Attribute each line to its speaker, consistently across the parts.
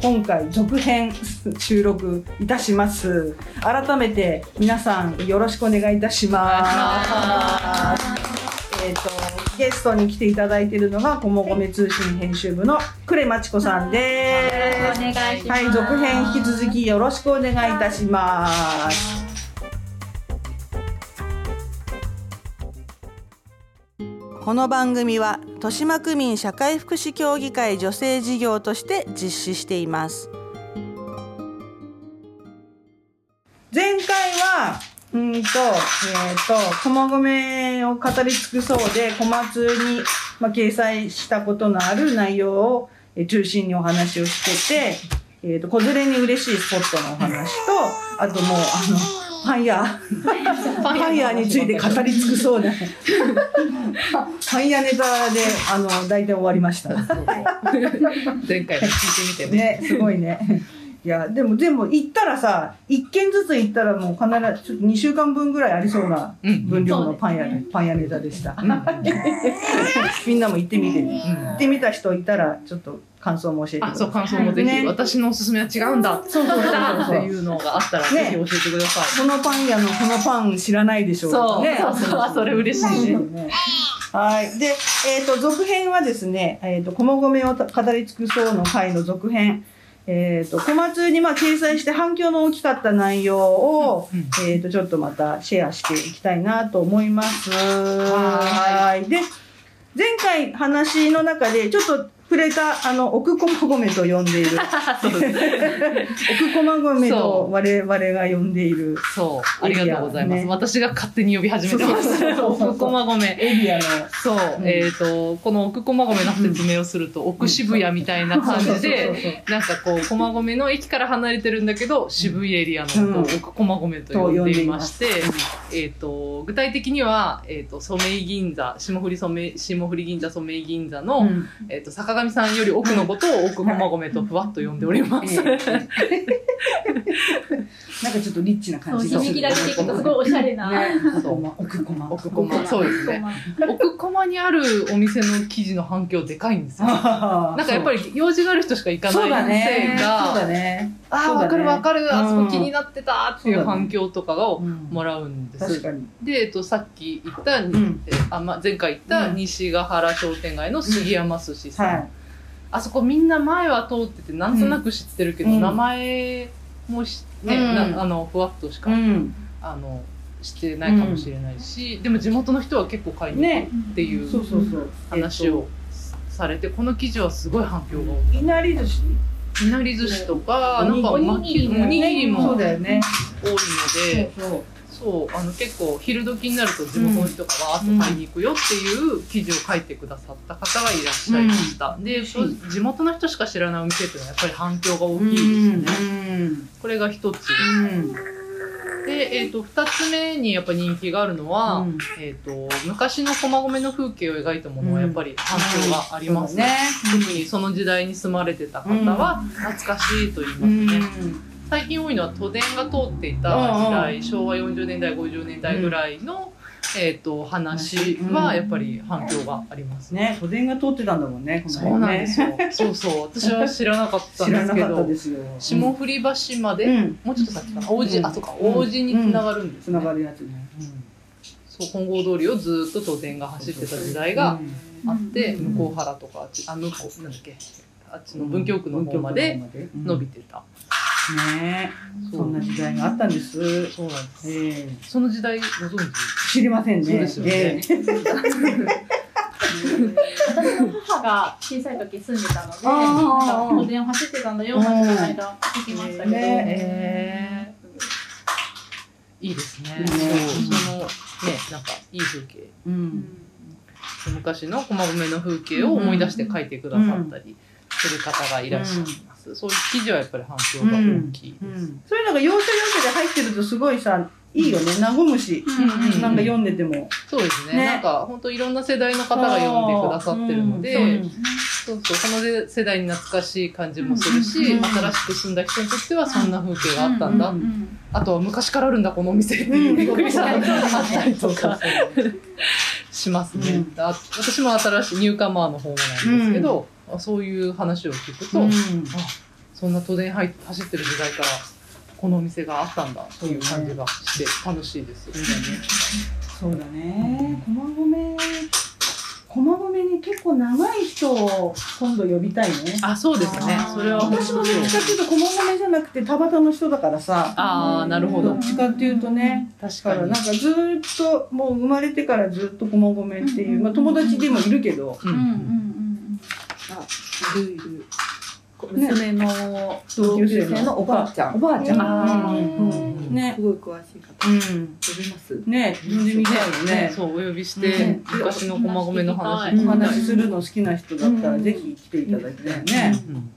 Speaker 1: 今回続編収録いたします改めて皆さんよろしくお願いいたしますえっ、とゲストに来ていただいているのがこもごめ通信編集部の呉真知子さんです
Speaker 2: お願いしま
Speaker 1: は
Speaker 2: す
Speaker 1: い続編引き続きよろしくお願いいたしますこの番組は豊島区民社会福祉協議会女性事業として実施しています前回はうんとえっ、と駒込を語り尽くそうで小松に、まあ、掲載したことのある内容をえー中心にお話をしてて、えっと子連れに嬉しいスポットのお話とあともうあのパン 屋パン屋について語り尽くそうなパン屋ネタであの大体終わりました
Speaker 2: 前回も聞いてみてね。
Speaker 1: ねすごいねいやでもでも行ったらさ1軒ずつ行ったらもう必ずちょっと2週間分ぐらいありそうな
Speaker 2: うん
Speaker 1: 分量のパン屋,、パン屋ネタでした、 みんなも行ってみてね行ってみた人いたらちょっと感想も教えて
Speaker 2: あ、
Speaker 1: くださ
Speaker 2: そ
Speaker 1: いう
Speaker 2: 感想もぜひ、
Speaker 1: ね
Speaker 2: 私のおすすめは違うんだ。
Speaker 1: そうそうそう
Speaker 2: だっ
Speaker 1: そ
Speaker 2: て
Speaker 1: う
Speaker 2: いうのがあったらぜひ教えてください。
Speaker 1: このパン屋のこのパン知らないでしょとかね
Speaker 2: そうそうそうそれ嬉しいね
Speaker 1: はい。で、えっ、と、続編はですね、えっ、と、駒込をた語り尽くそうの回の続編。えっ、と、小松にまあ掲載して反響の大きかった内容を、
Speaker 2: うんうん
Speaker 1: えっ、と、ちょっとまたシェアしていきたいなと思います。
Speaker 2: は
Speaker 1: はい。で、前回話の中で、ちょっと触れた、あの、奥駒込と呼んで いる。
Speaker 2: そう
Speaker 1: 奥駒込
Speaker 2: そ
Speaker 1: と我々が呼んでいる
Speaker 2: そう、ありがとうございます。
Speaker 1: ね
Speaker 2: 私が勝手に呼び始めてま
Speaker 1: そう
Speaker 2: す。
Speaker 1: そうそう
Speaker 2: 奥駒込。
Speaker 1: エリアの。
Speaker 2: そう、
Speaker 1: うん
Speaker 2: えっ、と、この奥駒込の説明をすると、奥渋谷みたいな感じ
Speaker 1: そうそうそう
Speaker 2: で、なんかこう、駒込の駅から離れてるんだけど、渋いエリアのことを
Speaker 1: うん
Speaker 2: 奥駒込と呼んでいまして、えっ、と、具体的には、えっ、と、ソメイ銀座、霜降りソメイ、霜降り銀座、ソメイ銀座の、
Speaker 1: うん
Speaker 2: えっ、と、坂上さんより奥のことを奥駒込とふわっと呼んでおります。
Speaker 1: えなんかちょっとリッチな感じ
Speaker 3: そう響きだけ聞くとすごいおしゃれな。
Speaker 1: ね、
Speaker 2: そう
Speaker 1: 奥駒
Speaker 2: 奥駒、そうですね。
Speaker 3: は
Speaker 2: 奥駒にあるお店の記事の反響でかいんですよ。
Speaker 1: あー
Speaker 2: なんかやっぱり用事がある人しか行か
Speaker 1: そうだ
Speaker 2: ない店
Speaker 1: ねそうだ
Speaker 2: が、
Speaker 1: ね
Speaker 2: あ
Speaker 1: そ
Speaker 2: あ、
Speaker 1: うだね
Speaker 2: わかるわかる、あそうこ
Speaker 1: ん
Speaker 2: 気になってたっていう反響とかをも
Speaker 1: ら
Speaker 2: らうんで
Speaker 1: 確
Speaker 2: す。
Speaker 1: かに
Speaker 2: で、えっと、さっき言った、
Speaker 1: ん
Speaker 2: えあま、前回言った
Speaker 1: うん
Speaker 2: 西ヶ原商店街の杉山寿司さん。
Speaker 1: はい
Speaker 2: あそこみんな前は通ってて、なんとなく知ってるけど、
Speaker 1: うん
Speaker 2: 名前もし、ね
Speaker 1: うん
Speaker 2: なあの、ふわっとしか、
Speaker 1: ん
Speaker 2: あの、知ってないかもしれないし、でも地元の人は結構買いに行
Speaker 1: ね
Speaker 2: くっていう
Speaker 1: そうそうそう
Speaker 2: 話をされて、この記事はすごい反響が多い。
Speaker 1: いなり寿司
Speaker 2: いなり寿司とか、
Speaker 1: お
Speaker 2: なん
Speaker 1: にぎり
Speaker 2: かおにぎりおにぎり
Speaker 1: そう
Speaker 2: も多いの
Speaker 1: だよね
Speaker 2: で、
Speaker 1: そうそう
Speaker 2: そう、あの結構昼時になると地元の人がわーっと買いに行くよっていう記事を書いてくださった方がいらっしゃいました。で、そう地元の人しか知らないお店っていうのはやっぱり反響が大きいですよね。これが一つ。
Speaker 1: うん
Speaker 2: で、えっ、と、二つ目にやっぱ人気があるのは、えっ、と、昔の駒込の風景を描いたものはやっぱり反響がありますね。特にその時代に住まれてた方は懐かしいと言います
Speaker 1: う
Speaker 2: ね。
Speaker 1: ん
Speaker 2: 最近多いのは都電が通っていた時代、昭和40年代50年代ぐらいの、えっ、と話
Speaker 1: う
Speaker 2: は
Speaker 1: ん
Speaker 2: やっぱり反響がありますね。
Speaker 1: ね都電が通ってたんだもんねこの
Speaker 2: そう
Speaker 1: 辺
Speaker 2: なんで
Speaker 1: ね
Speaker 2: すよ。そうそう、私は知らなかったん
Speaker 1: 知
Speaker 2: で
Speaker 1: ら
Speaker 2: す
Speaker 1: な
Speaker 2: け
Speaker 1: かった
Speaker 2: ど、
Speaker 1: ですよ
Speaker 2: 霜降り橋まで、
Speaker 1: うん
Speaker 2: もうちょっと先かな、王子、
Speaker 1: うん
Speaker 2: あそうか、王子につながるんです
Speaker 1: つ
Speaker 2: ね。
Speaker 1: ながるやつね
Speaker 2: そう本郷通りをずっと都電が走ってた時代があって、
Speaker 1: うん
Speaker 2: 向こう原とかあっちあ向こうなんだっけ、あっちの文京区の方まで伸びてた。
Speaker 1: ねえ、
Speaker 2: そう
Speaker 1: そんな時代があったんです。
Speaker 2: そうなんです。
Speaker 1: ええ
Speaker 2: その時代ご存知？
Speaker 1: 知りませんね。
Speaker 2: そうですよ
Speaker 1: え
Speaker 2: ね。
Speaker 1: え
Speaker 3: 母が小さい時住んでたので、
Speaker 1: あー
Speaker 3: なんか都電を走ってたんだよ、なんてこの間聞きましたけど。
Speaker 2: ねいいですね。
Speaker 1: ねう
Speaker 2: そう
Speaker 1: ん
Speaker 2: そのねなんかいい風景
Speaker 1: うん。
Speaker 2: 昔の駒込の風景を思い出して書いてくださったりする方がいらっしゃいます。そういう記事はやっぱり反響が大きいです。
Speaker 1: そういうのが要所要所で入ってるとすごいさ、いいよね。和むし、
Speaker 2: うん
Speaker 1: なんか読んでても。
Speaker 2: そうですね
Speaker 1: ね
Speaker 2: なんか本当いろんな世代の方が読んでくださってるので、
Speaker 1: うん
Speaker 3: うん
Speaker 2: そうそうこの世代に懐かしい感じもするし、
Speaker 1: うんうん
Speaker 2: 新しく住んだ人にとってはそんな風景があったんだ、
Speaker 1: う
Speaker 3: うんうん
Speaker 2: あとは昔からあるんだこのお店っていう びっくりしたのがあったりとか。しますね、
Speaker 1: うん
Speaker 2: あ私も新しいニューカマーの方なんですけど、あそういう話を聞くと、
Speaker 1: うん
Speaker 2: あそんな都電はい走ってる時代からこのお店があったんだという感じがして楽しいです。
Speaker 1: そうだね。駒込。駒込に結構長い人を今度呼びたいね。
Speaker 2: あそうですね
Speaker 3: あー
Speaker 2: それは本
Speaker 1: 私も
Speaker 2: 当
Speaker 1: どっ
Speaker 2: に
Speaker 1: ちかっていうと駒込じゃなくて田端の人だからさ。
Speaker 2: ああなるほど
Speaker 1: っちかっていうとね。
Speaker 2: 確
Speaker 1: だ
Speaker 2: か
Speaker 1: から
Speaker 2: に
Speaker 1: なん。かずーっともう生まれてからずっと駒込っていう、
Speaker 3: うん
Speaker 1: まあ、友達でもいるけど、
Speaker 2: うん
Speaker 4: いるいる。
Speaker 1: ね
Speaker 4: 娘の
Speaker 1: 同
Speaker 4: 同
Speaker 1: 級
Speaker 4: 級
Speaker 1: 生の
Speaker 4: 生のおばあちゃん。
Speaker 1: おばあちゃん
Speaker 4: あ
Speaker 2: ー
Speaker 4: ー
Speaker 1: ね
Speaker 4: すごい詳しい方。
Speaker 1: うん
Speaker 4: おります。
Speaker 1: ね呼んでみたいよね
Speaker 2: そうお呼びして
Speaker 1: ね
Speaker 2: 昔の駒込の話
Speaker 4: う
Speaker 1: お
Speaker 4: ん
Speaker 1: 話しするの好きな人だったら
Speaker 4: うん
Speaker 1: ぜひ来ていただきたいね、
Speaker 2: うん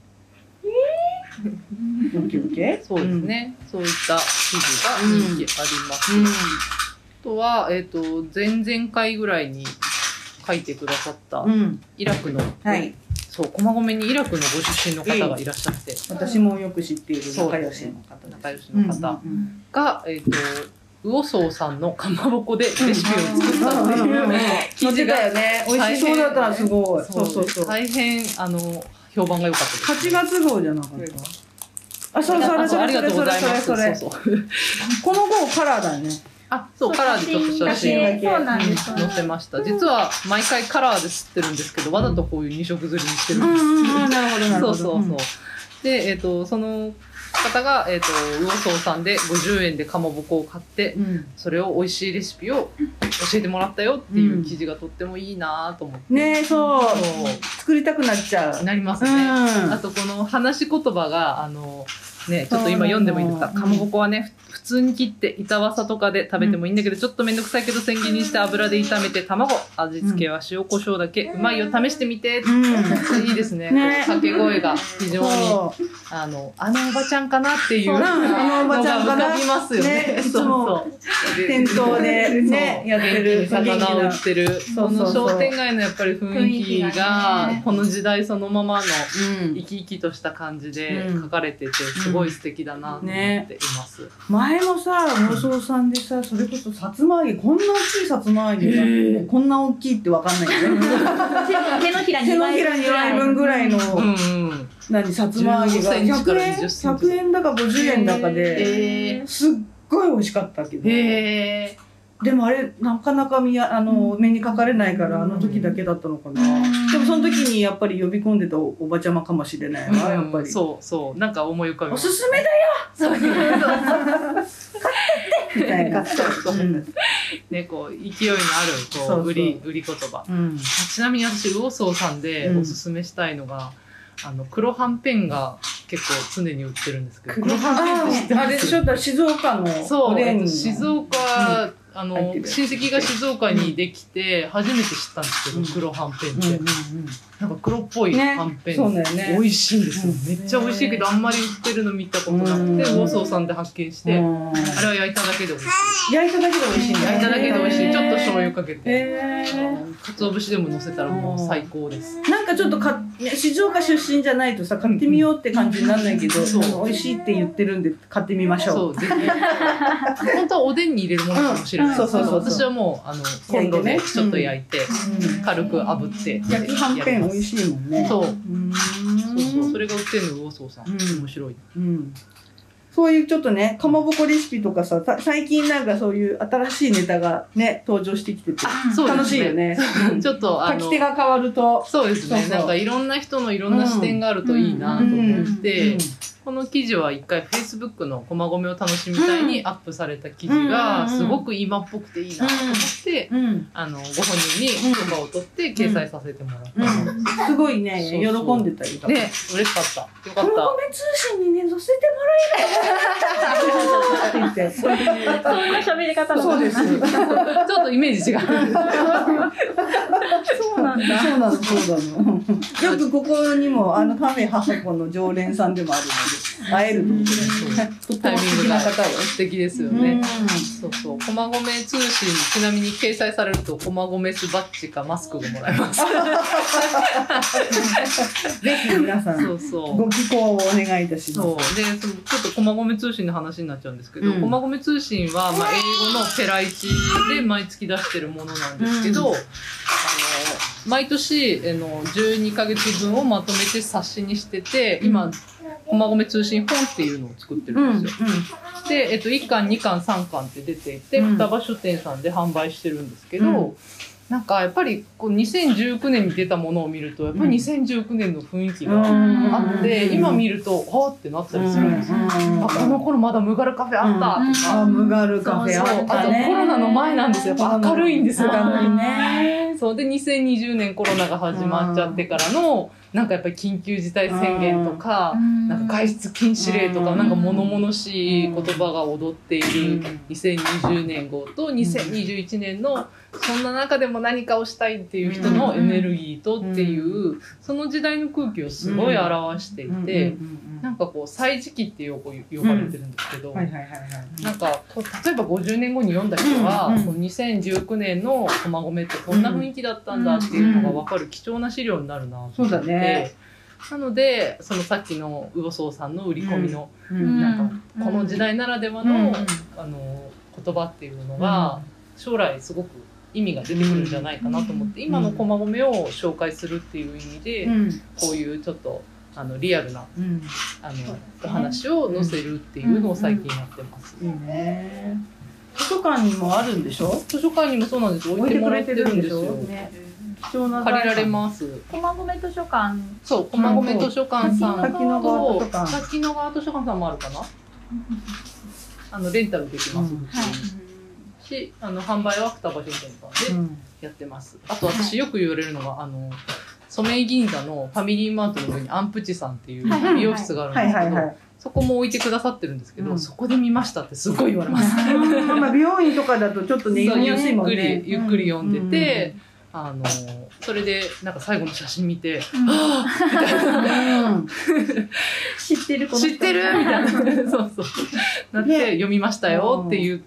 Speaker 1: オッケーオッケー
Speaker 2: そうです、ね、そういった記事が人気あります。
Speaker 1: うん
Speaker 2: あとは、えっ、と、前々回ぐらいに書いてくださった、
Speaker 1: うんうん
Speaker 2: イラクの、
Speaker 1: はい
Speaker 2: そう、駒込にイラクのご出身の方がいらっしゃって、
Speaker 1: 私もよく知っている仲良しの方です
Speaker 2: 仲良しの方
Speaker 1: うんうん
Speaker 2: が、えっ、と、魚荘さんのかまぼこでレシピを作ったって
Speaker 1: うん
Speaker 2: いうう、
Speaker 1: んうん
Speaker 2: 記事が
Speaker 1: 載ってたよね美味しそうだったすごい
Speaker 2: そ
Speaker 1: そううそうそう
Speaker 2: 大変、あの、評判が良かったです。
Speaker 1: 8月号じゃなかったあ、そうそ
Speaker 2: あ
Speaker 1: れ
Speaker 2: そう
Speaker 1: そ
Speaker 2: あ
Speaker 1: れ
Speaker 2: り
Speaker 1: それそ
Speaker 2: がとうご
Speaker 1: れ
Speaker 2: ざい
Speaker 1: そ
Speaker 2: ま
Speaker 1: れ
Speaker 2: す。
Speaker 1: それ
Speaker 2: そうそう
Speaker 1: この号カラーだね
Speaker 2: あ、そう、カラーでちょっと写真を
Speaker 1: を
Speaker 3: そうなんですよ
Speaker 2: 載せました。実は毎回カラーで吸ってるんですけど、わざとこういう二色刷りにしてるんです。
Speaker 1: なるほど
Speaker 2: そうそうそう。で、えっ、と、その方が、えっ、と、魚荘さんで50円でかまぼこを買って、
Speaker 1: うん
Speaker 2: それを美味しいレシピを教えてもらったよっていう記事がとってもいいなぁと思って。
Speaker 1: ねえそう
Speaker 2: そ
Speaker 1: 作りたくなっちゃう
Speaker 2: う。なります
Speaker 1: う
Speaker 2: ね。
Speaker 1: ん
Speaker 2: あとこの話し言葉が、あの、ね、ちょっと今読んでもいいですか。
Speaker 1: そうな
Speaker 2: か
Speaker 1: の
Speaker 2: まぼこはね、ふ普通に切って、板わさとかで食べてもいいんだけど、ちょっとめんどくさいけど千切りにして油で炒めて、卵、味付けは塩コショウだけ、うまいよ、試してみて。
Speaker 1: うん
Speaker 2: いいですね。
Speaker 1: ね
Speaker 2: こう掛け声が非常に、
Speaker 1: そう
Speaker 2: あの、あのおばちゃんかなっていう
Speaker 1: う
Speaker 2: の
Speaker 1: ん
Speaker 2: が
Speaker 1: あのおば
Speaker 2: 浮
Speaker 1: ちゃんかな
Speaker 2: かびますよね。
Speaker 1: ねいつ
Speaker 2: そう
Speaker 1: も
Speaker 2: そう。
Speaker 1: 店頭でね
Speaker 2: そう
Speaker 1: やってる
Speaker 2: 元気に魚を売ってる。
Speaker 1: そ
Speaker 2: こ
Speaker 1: うそう
Speaker 2: の
Speaker 1: そう
Speaker 2: 商店街のやっぱり雰囲気
Speaker 3: 雰囲気が
Speaker 2: が
Speaker 3: ね、
Speaker 2: この時代そのままの、
Speaker 1: うん
Speaker 2: 生き生きとした感じで
Speaker 1: うん
Speaker 2: 書かれてて、すごい素敵だなと思っています。
Speaker 1: 前もさ農荘さんでさそれこそさつま揚げこんな大きいさつま揚げ
Speaker 2: へ
Speaker 1: が
Speaker 2: え
Speaker 1: こんな大きいってわかんないよ ね
Speaker 3: 手のひら
Speaker 1: 手のひら2枚分ぐらいの
Speaker 2: うんうん。
Speaker 1: 何さつま揚げが
Speaker 2: 15センチか
Speaker 1: 100
Speaker 2: ら
Speaker 1: 円
Speaker 2: 20センチ
Speaker 1: 100円だか50円だかで
Speaker 2: へ
Speaker 1: すっごい美味しかったけど
Speaker 2: へえ。
Speaker 1: でもあれなかなか見やあの目にかかれないからあの時だけだったのかなでもその時にやっぱり呼び込んでたおおばちゃまかもしれないわやっぱり
Speaker 2: そうそう。なんか思い浮かび
Speaker 1: お
Speaker 2: ます。
Speaker 1: すすめだよ みたいな
Speaker 2: そうそう
Speaker 1: うん
Speaker 2: ね、こう、勢いのある、こう、
Speaker 1: そうそう
Speaker 2: 売り、売り言葉。
Speaker 1: うん
Speaker 2: あちなみに私、魚荘さんで
Speaker 1: うん
Speaker 2: おすすめしたいのが、あの、黒はんぺんが結構常に売ってるんですけど、黒はんぺんって知って
Speaker 1: あ
Speaker 2: ま
Speaker 1: あれ
Speaker 2: す
Speaker 1: ちょっと静岡の
Speaker 2: そ
Speaker 1: オ
Speaker 2: う、
Speaker 1: レ
Speaker 2: えっ
Speaker 1: ン
Speaker 2: と
Speaker 1: ジ
Speaker 2: 静
Speaker 1: 岡
Speaker 2: 岡、あの
Speaker 1: 入ってるやつ
Speaker 2: 親戚が静岡にできて初めて知ったんですけど、
Speaker 1: うん
Speaker 2: 黒はんぺんって、
Speaker 1: う
Speaker 2: なんか黒っぽい
Speaker 1: ね
Speaker 2: はんぺん、
Speaker 1: そうだよね
Speaker 2: 美味しいんですよ、
Speaker 1: うん
Speaker 2: めっちゃ美味しいけどあんまり売ってるの見たことな
Speaker 1: うん
Speaker 2: くて魚荘さんで発見して、
Speaker 1: んうん
Speaker 2: あれは焼いただけで美味しい
Speaker 1: 焼いただけで美味しいんだ
Speaker 2: 焼いただけで美味し
Speaker 1: へ
Speaker 2: い
Speaker 1: ー
Speaker 2: ちょっと醤油かけて、
Speaker 1: へー
Speaker 2: かつお節でも乗せたらもう最高です、
Speaker 1: なんかちょっとかね静岡出身じゃないとさ買ってみようって感じにならないけど、
Speaker 2: そう
Speaker 1: あの美味しいって言ってるんで買ってみまし
Speaker 2: そ
Speaker 1: ょう
Speaker 2: うぜひ本当はおでんに入れるものかもしれ
Speaker 1: うん
Speaker 2: ないですけど、
Speaker 1: そうそうそうそう
Speaker 2: 私はもうあのコンロでちょっと焼いて、
Speaker 1: うん
Speaker 2: 軽く炙って
Speaker 1: 焼きはんぺん美味しいもんね
Speaker 2: そう
Speaker 1: うん
Speaker 2: そうそう、それが売ってるの魚荘さん、
Speaker 1: うん
Speaker 2: 面 白い。
Speaker 1: うんそういうちょっとねかまぼこレシピとかさた最近なんかそういう新しいネタがね登場してきてて
Speaker 2: そうです
Speaker 1: 楽しいよねうん
Speaker 2: ちょっとあ
Speaker 1: 書き
Speaker 2: の
Speaker 1: 手が変わると
Speaker 2: そうですね
Speaker 1: そうそう
Speaker 2: なんかいろんな人のいろんな視点があるといいなと思って、この記事は一回 Facebook の「駒込を楽しみたい」にアップされた記事
Speaker 1: う
Speaker 2: が
Speaker 1: んうん
Speaker 2: すごく今っぽくていいなと思って、
Speaker 1: うんうん
Speaker 2: あのご本人に許可を取って掲載させてもらった。
Speaker 1: うんすごいね
Speaker 2: そうそう
Speaker 1: 喜んでたりとか
Speaker 2: ね、嬉しかった。よか
Speaker 1: この
Speaker 2: っ
Speaker 1: 米通信にね、載せてもらえるって言って。そう
Speaker 3: そんな喋り方の
Speaker 1: そうです。
Speaker 2: た。ちょっとイメージ違う。
Speaker 3: そうなんだ
Speaker 1: そうなの、そうなの。よくここにも、あのカフェ母子の常連さんでもあるので、会えるので、とって
Speaker 2: タ
Speaker 1: も
Speaker 2: イミン
Speaker 1: 素
Speaker 2: グ
Speaker 1: 敵
Speaker 2: が
Speaker 1: な方よ。
Speaker 2: 素敵ですよ
Speaker 1: う
Speaker 2: ね。
Speaker 1: ん
Speaker 2: そうそう。駒込通信にちなみに掲載されると、駒込スバッジかマスクがもらえます。
Speaker 1: ぜひ皆さん、
Speaker 2: そうそう。
Speaker 1: ご寄稿をお願いいたします。
Speaker 2: そう。で、そのちょっと駒込通信の話になっちゃうんですけど、
Speaker 1: うん
Speaker 2: 駒込通信は、まあ、英語のペライチで毎月出してるものなんですけど、あの、毎年、あの、12ヶ月分をまとめて冊子にしてて、今、駒込通信本っていうのを作ってる
Speaker 1: うんん
Speaker 2: ですよ。で、えっと、1巻、2巻、3巻って出ていて、
Speaker 1: うん
Speaker 2: 双葉書店さんで販売してるんですけど、
Speaker 1: うん
Speaker 2: なんかやっぱりこう2019年に出たものを見ると、やっぱり2019年の雰囲気があって、
Speaker 1: うん
Speaker 2: 今見ると、あーってなったりするんですよ。あこの頃まだムガルカフェあったとか、
Speaker 1: うんあムガルカフェ
Speaker 2: そう
Speaker 1: あ
Speaker 2: あ
Speaker 1: っ
Speaker 2: と
Speaker 1: たね
Speaker 2: コロナの前なんですよやっぱ明るいんですよ
Speaker 1: 明るいね
Speaker 2: そうで2020年コロナが始まっちゃってからのなんかやっぱり緊急事態宣言とかなんか外出禁止令と
Speaker 1: う
Speaker 2: か
Speaker 1: ん
Speaker 2: なんか物々しい言葉が踊ってい
Speaker 1: うん
Speaker 2: る2020年号と2021年のそんな中でも何かをしたいっていう人のエネルギーとっていうその時代の空気をすごい表していてなんかこう「歳時期」ってよく呼ばれてるんですけど。
Speaker 1: はいはいはいはい
Speaker 2: なんかこう例えば50年後に読んだ人は、
Speaker 1: うんうん
Speaker 2: この2019年の駒込ってこんな雰囲気だったんだっていうのが分かる貴重な資料になるな
Speaker 1: そ
Speaker 2: と
Speaker 1: う
Speaker 2: 思
Speaker 1: だ
Speaker 2: って、
Speaker 1: ね
Speaker 2: なのでそのさっきの魚荘さんの売り込みの、
Speaker 1: うん
Speaker 2: なんかこの時代ならではの,、
Speaker 1: うん
Speaker 2: あの言葉っていうのが将来すごく意味が出てくるんじゃないかなと思って、
Speaker 1: うん
Speaker 2: 今の駒込を紹介するっていう意味で、
Speaker 1: うん
Speaker 2: こういうちょっとあのリアルな
Speaker 1: うん
Speaker 2: あのお話を載せるっていうのを最近やってます。
Speaker 1: いいね図書館にもあるんでしょ
Speaker 2: 図書館にもそうなんです置いてもらってるんですよ
Speaker 1: 置いてくれてるんで
Speaker 3: ね
Speaker 1: 貴重な
Speaker 2: 借りられます
Speaker 3: 駒込図書館
Speaker 2: そう駒込図書館さん
Speaker 1: 滝野川図
Speaker 2: と
Speaker 1: 書館
Speaker 2: 滝野川図書館さんもあるかなあのレンタルできます、
Speaker 1: うん
Speaker 3: はい
Speaker 2: しあの販売は双葉書店さ
Speaker 1: うん
Speaker 2: で
Speaker 1: ん
Speaker 2: やってます、あと私よく言われるのがあの染井銀座のファミリーマートの上にアンプチさんっていう
Speaker 3: はいはいはい
Speaker 2: 美容室があるん
Speaker 1: はい
Speaker 2: です
Speaker 1: は
Speaker 2: け
Speaker 1: い
Speaker 2: ど、
Speaker 1: はい
Speaker 2: そこも置いてくださってるんですけど、
Speaker 1: うん
Speaker 2: そこで見ましたってすごい言われます
Speaker 1: うんまあ美容院とかだとちょっとね
Speaker 2: そう
Speaker 1: 読みやすいもん
Speaker 2: ゆっ
Speaker 1: ね
Speaker 2: くりゆっくり読んでて、あのそれでなんか最後の写真見て
Speaker 1: うん
Speaker 3: 知ってるこの人
Speaker 2: 知ってるみたい なそうそうなって、
Speaker 1: ね
Speaker 2: 読みましたよっていう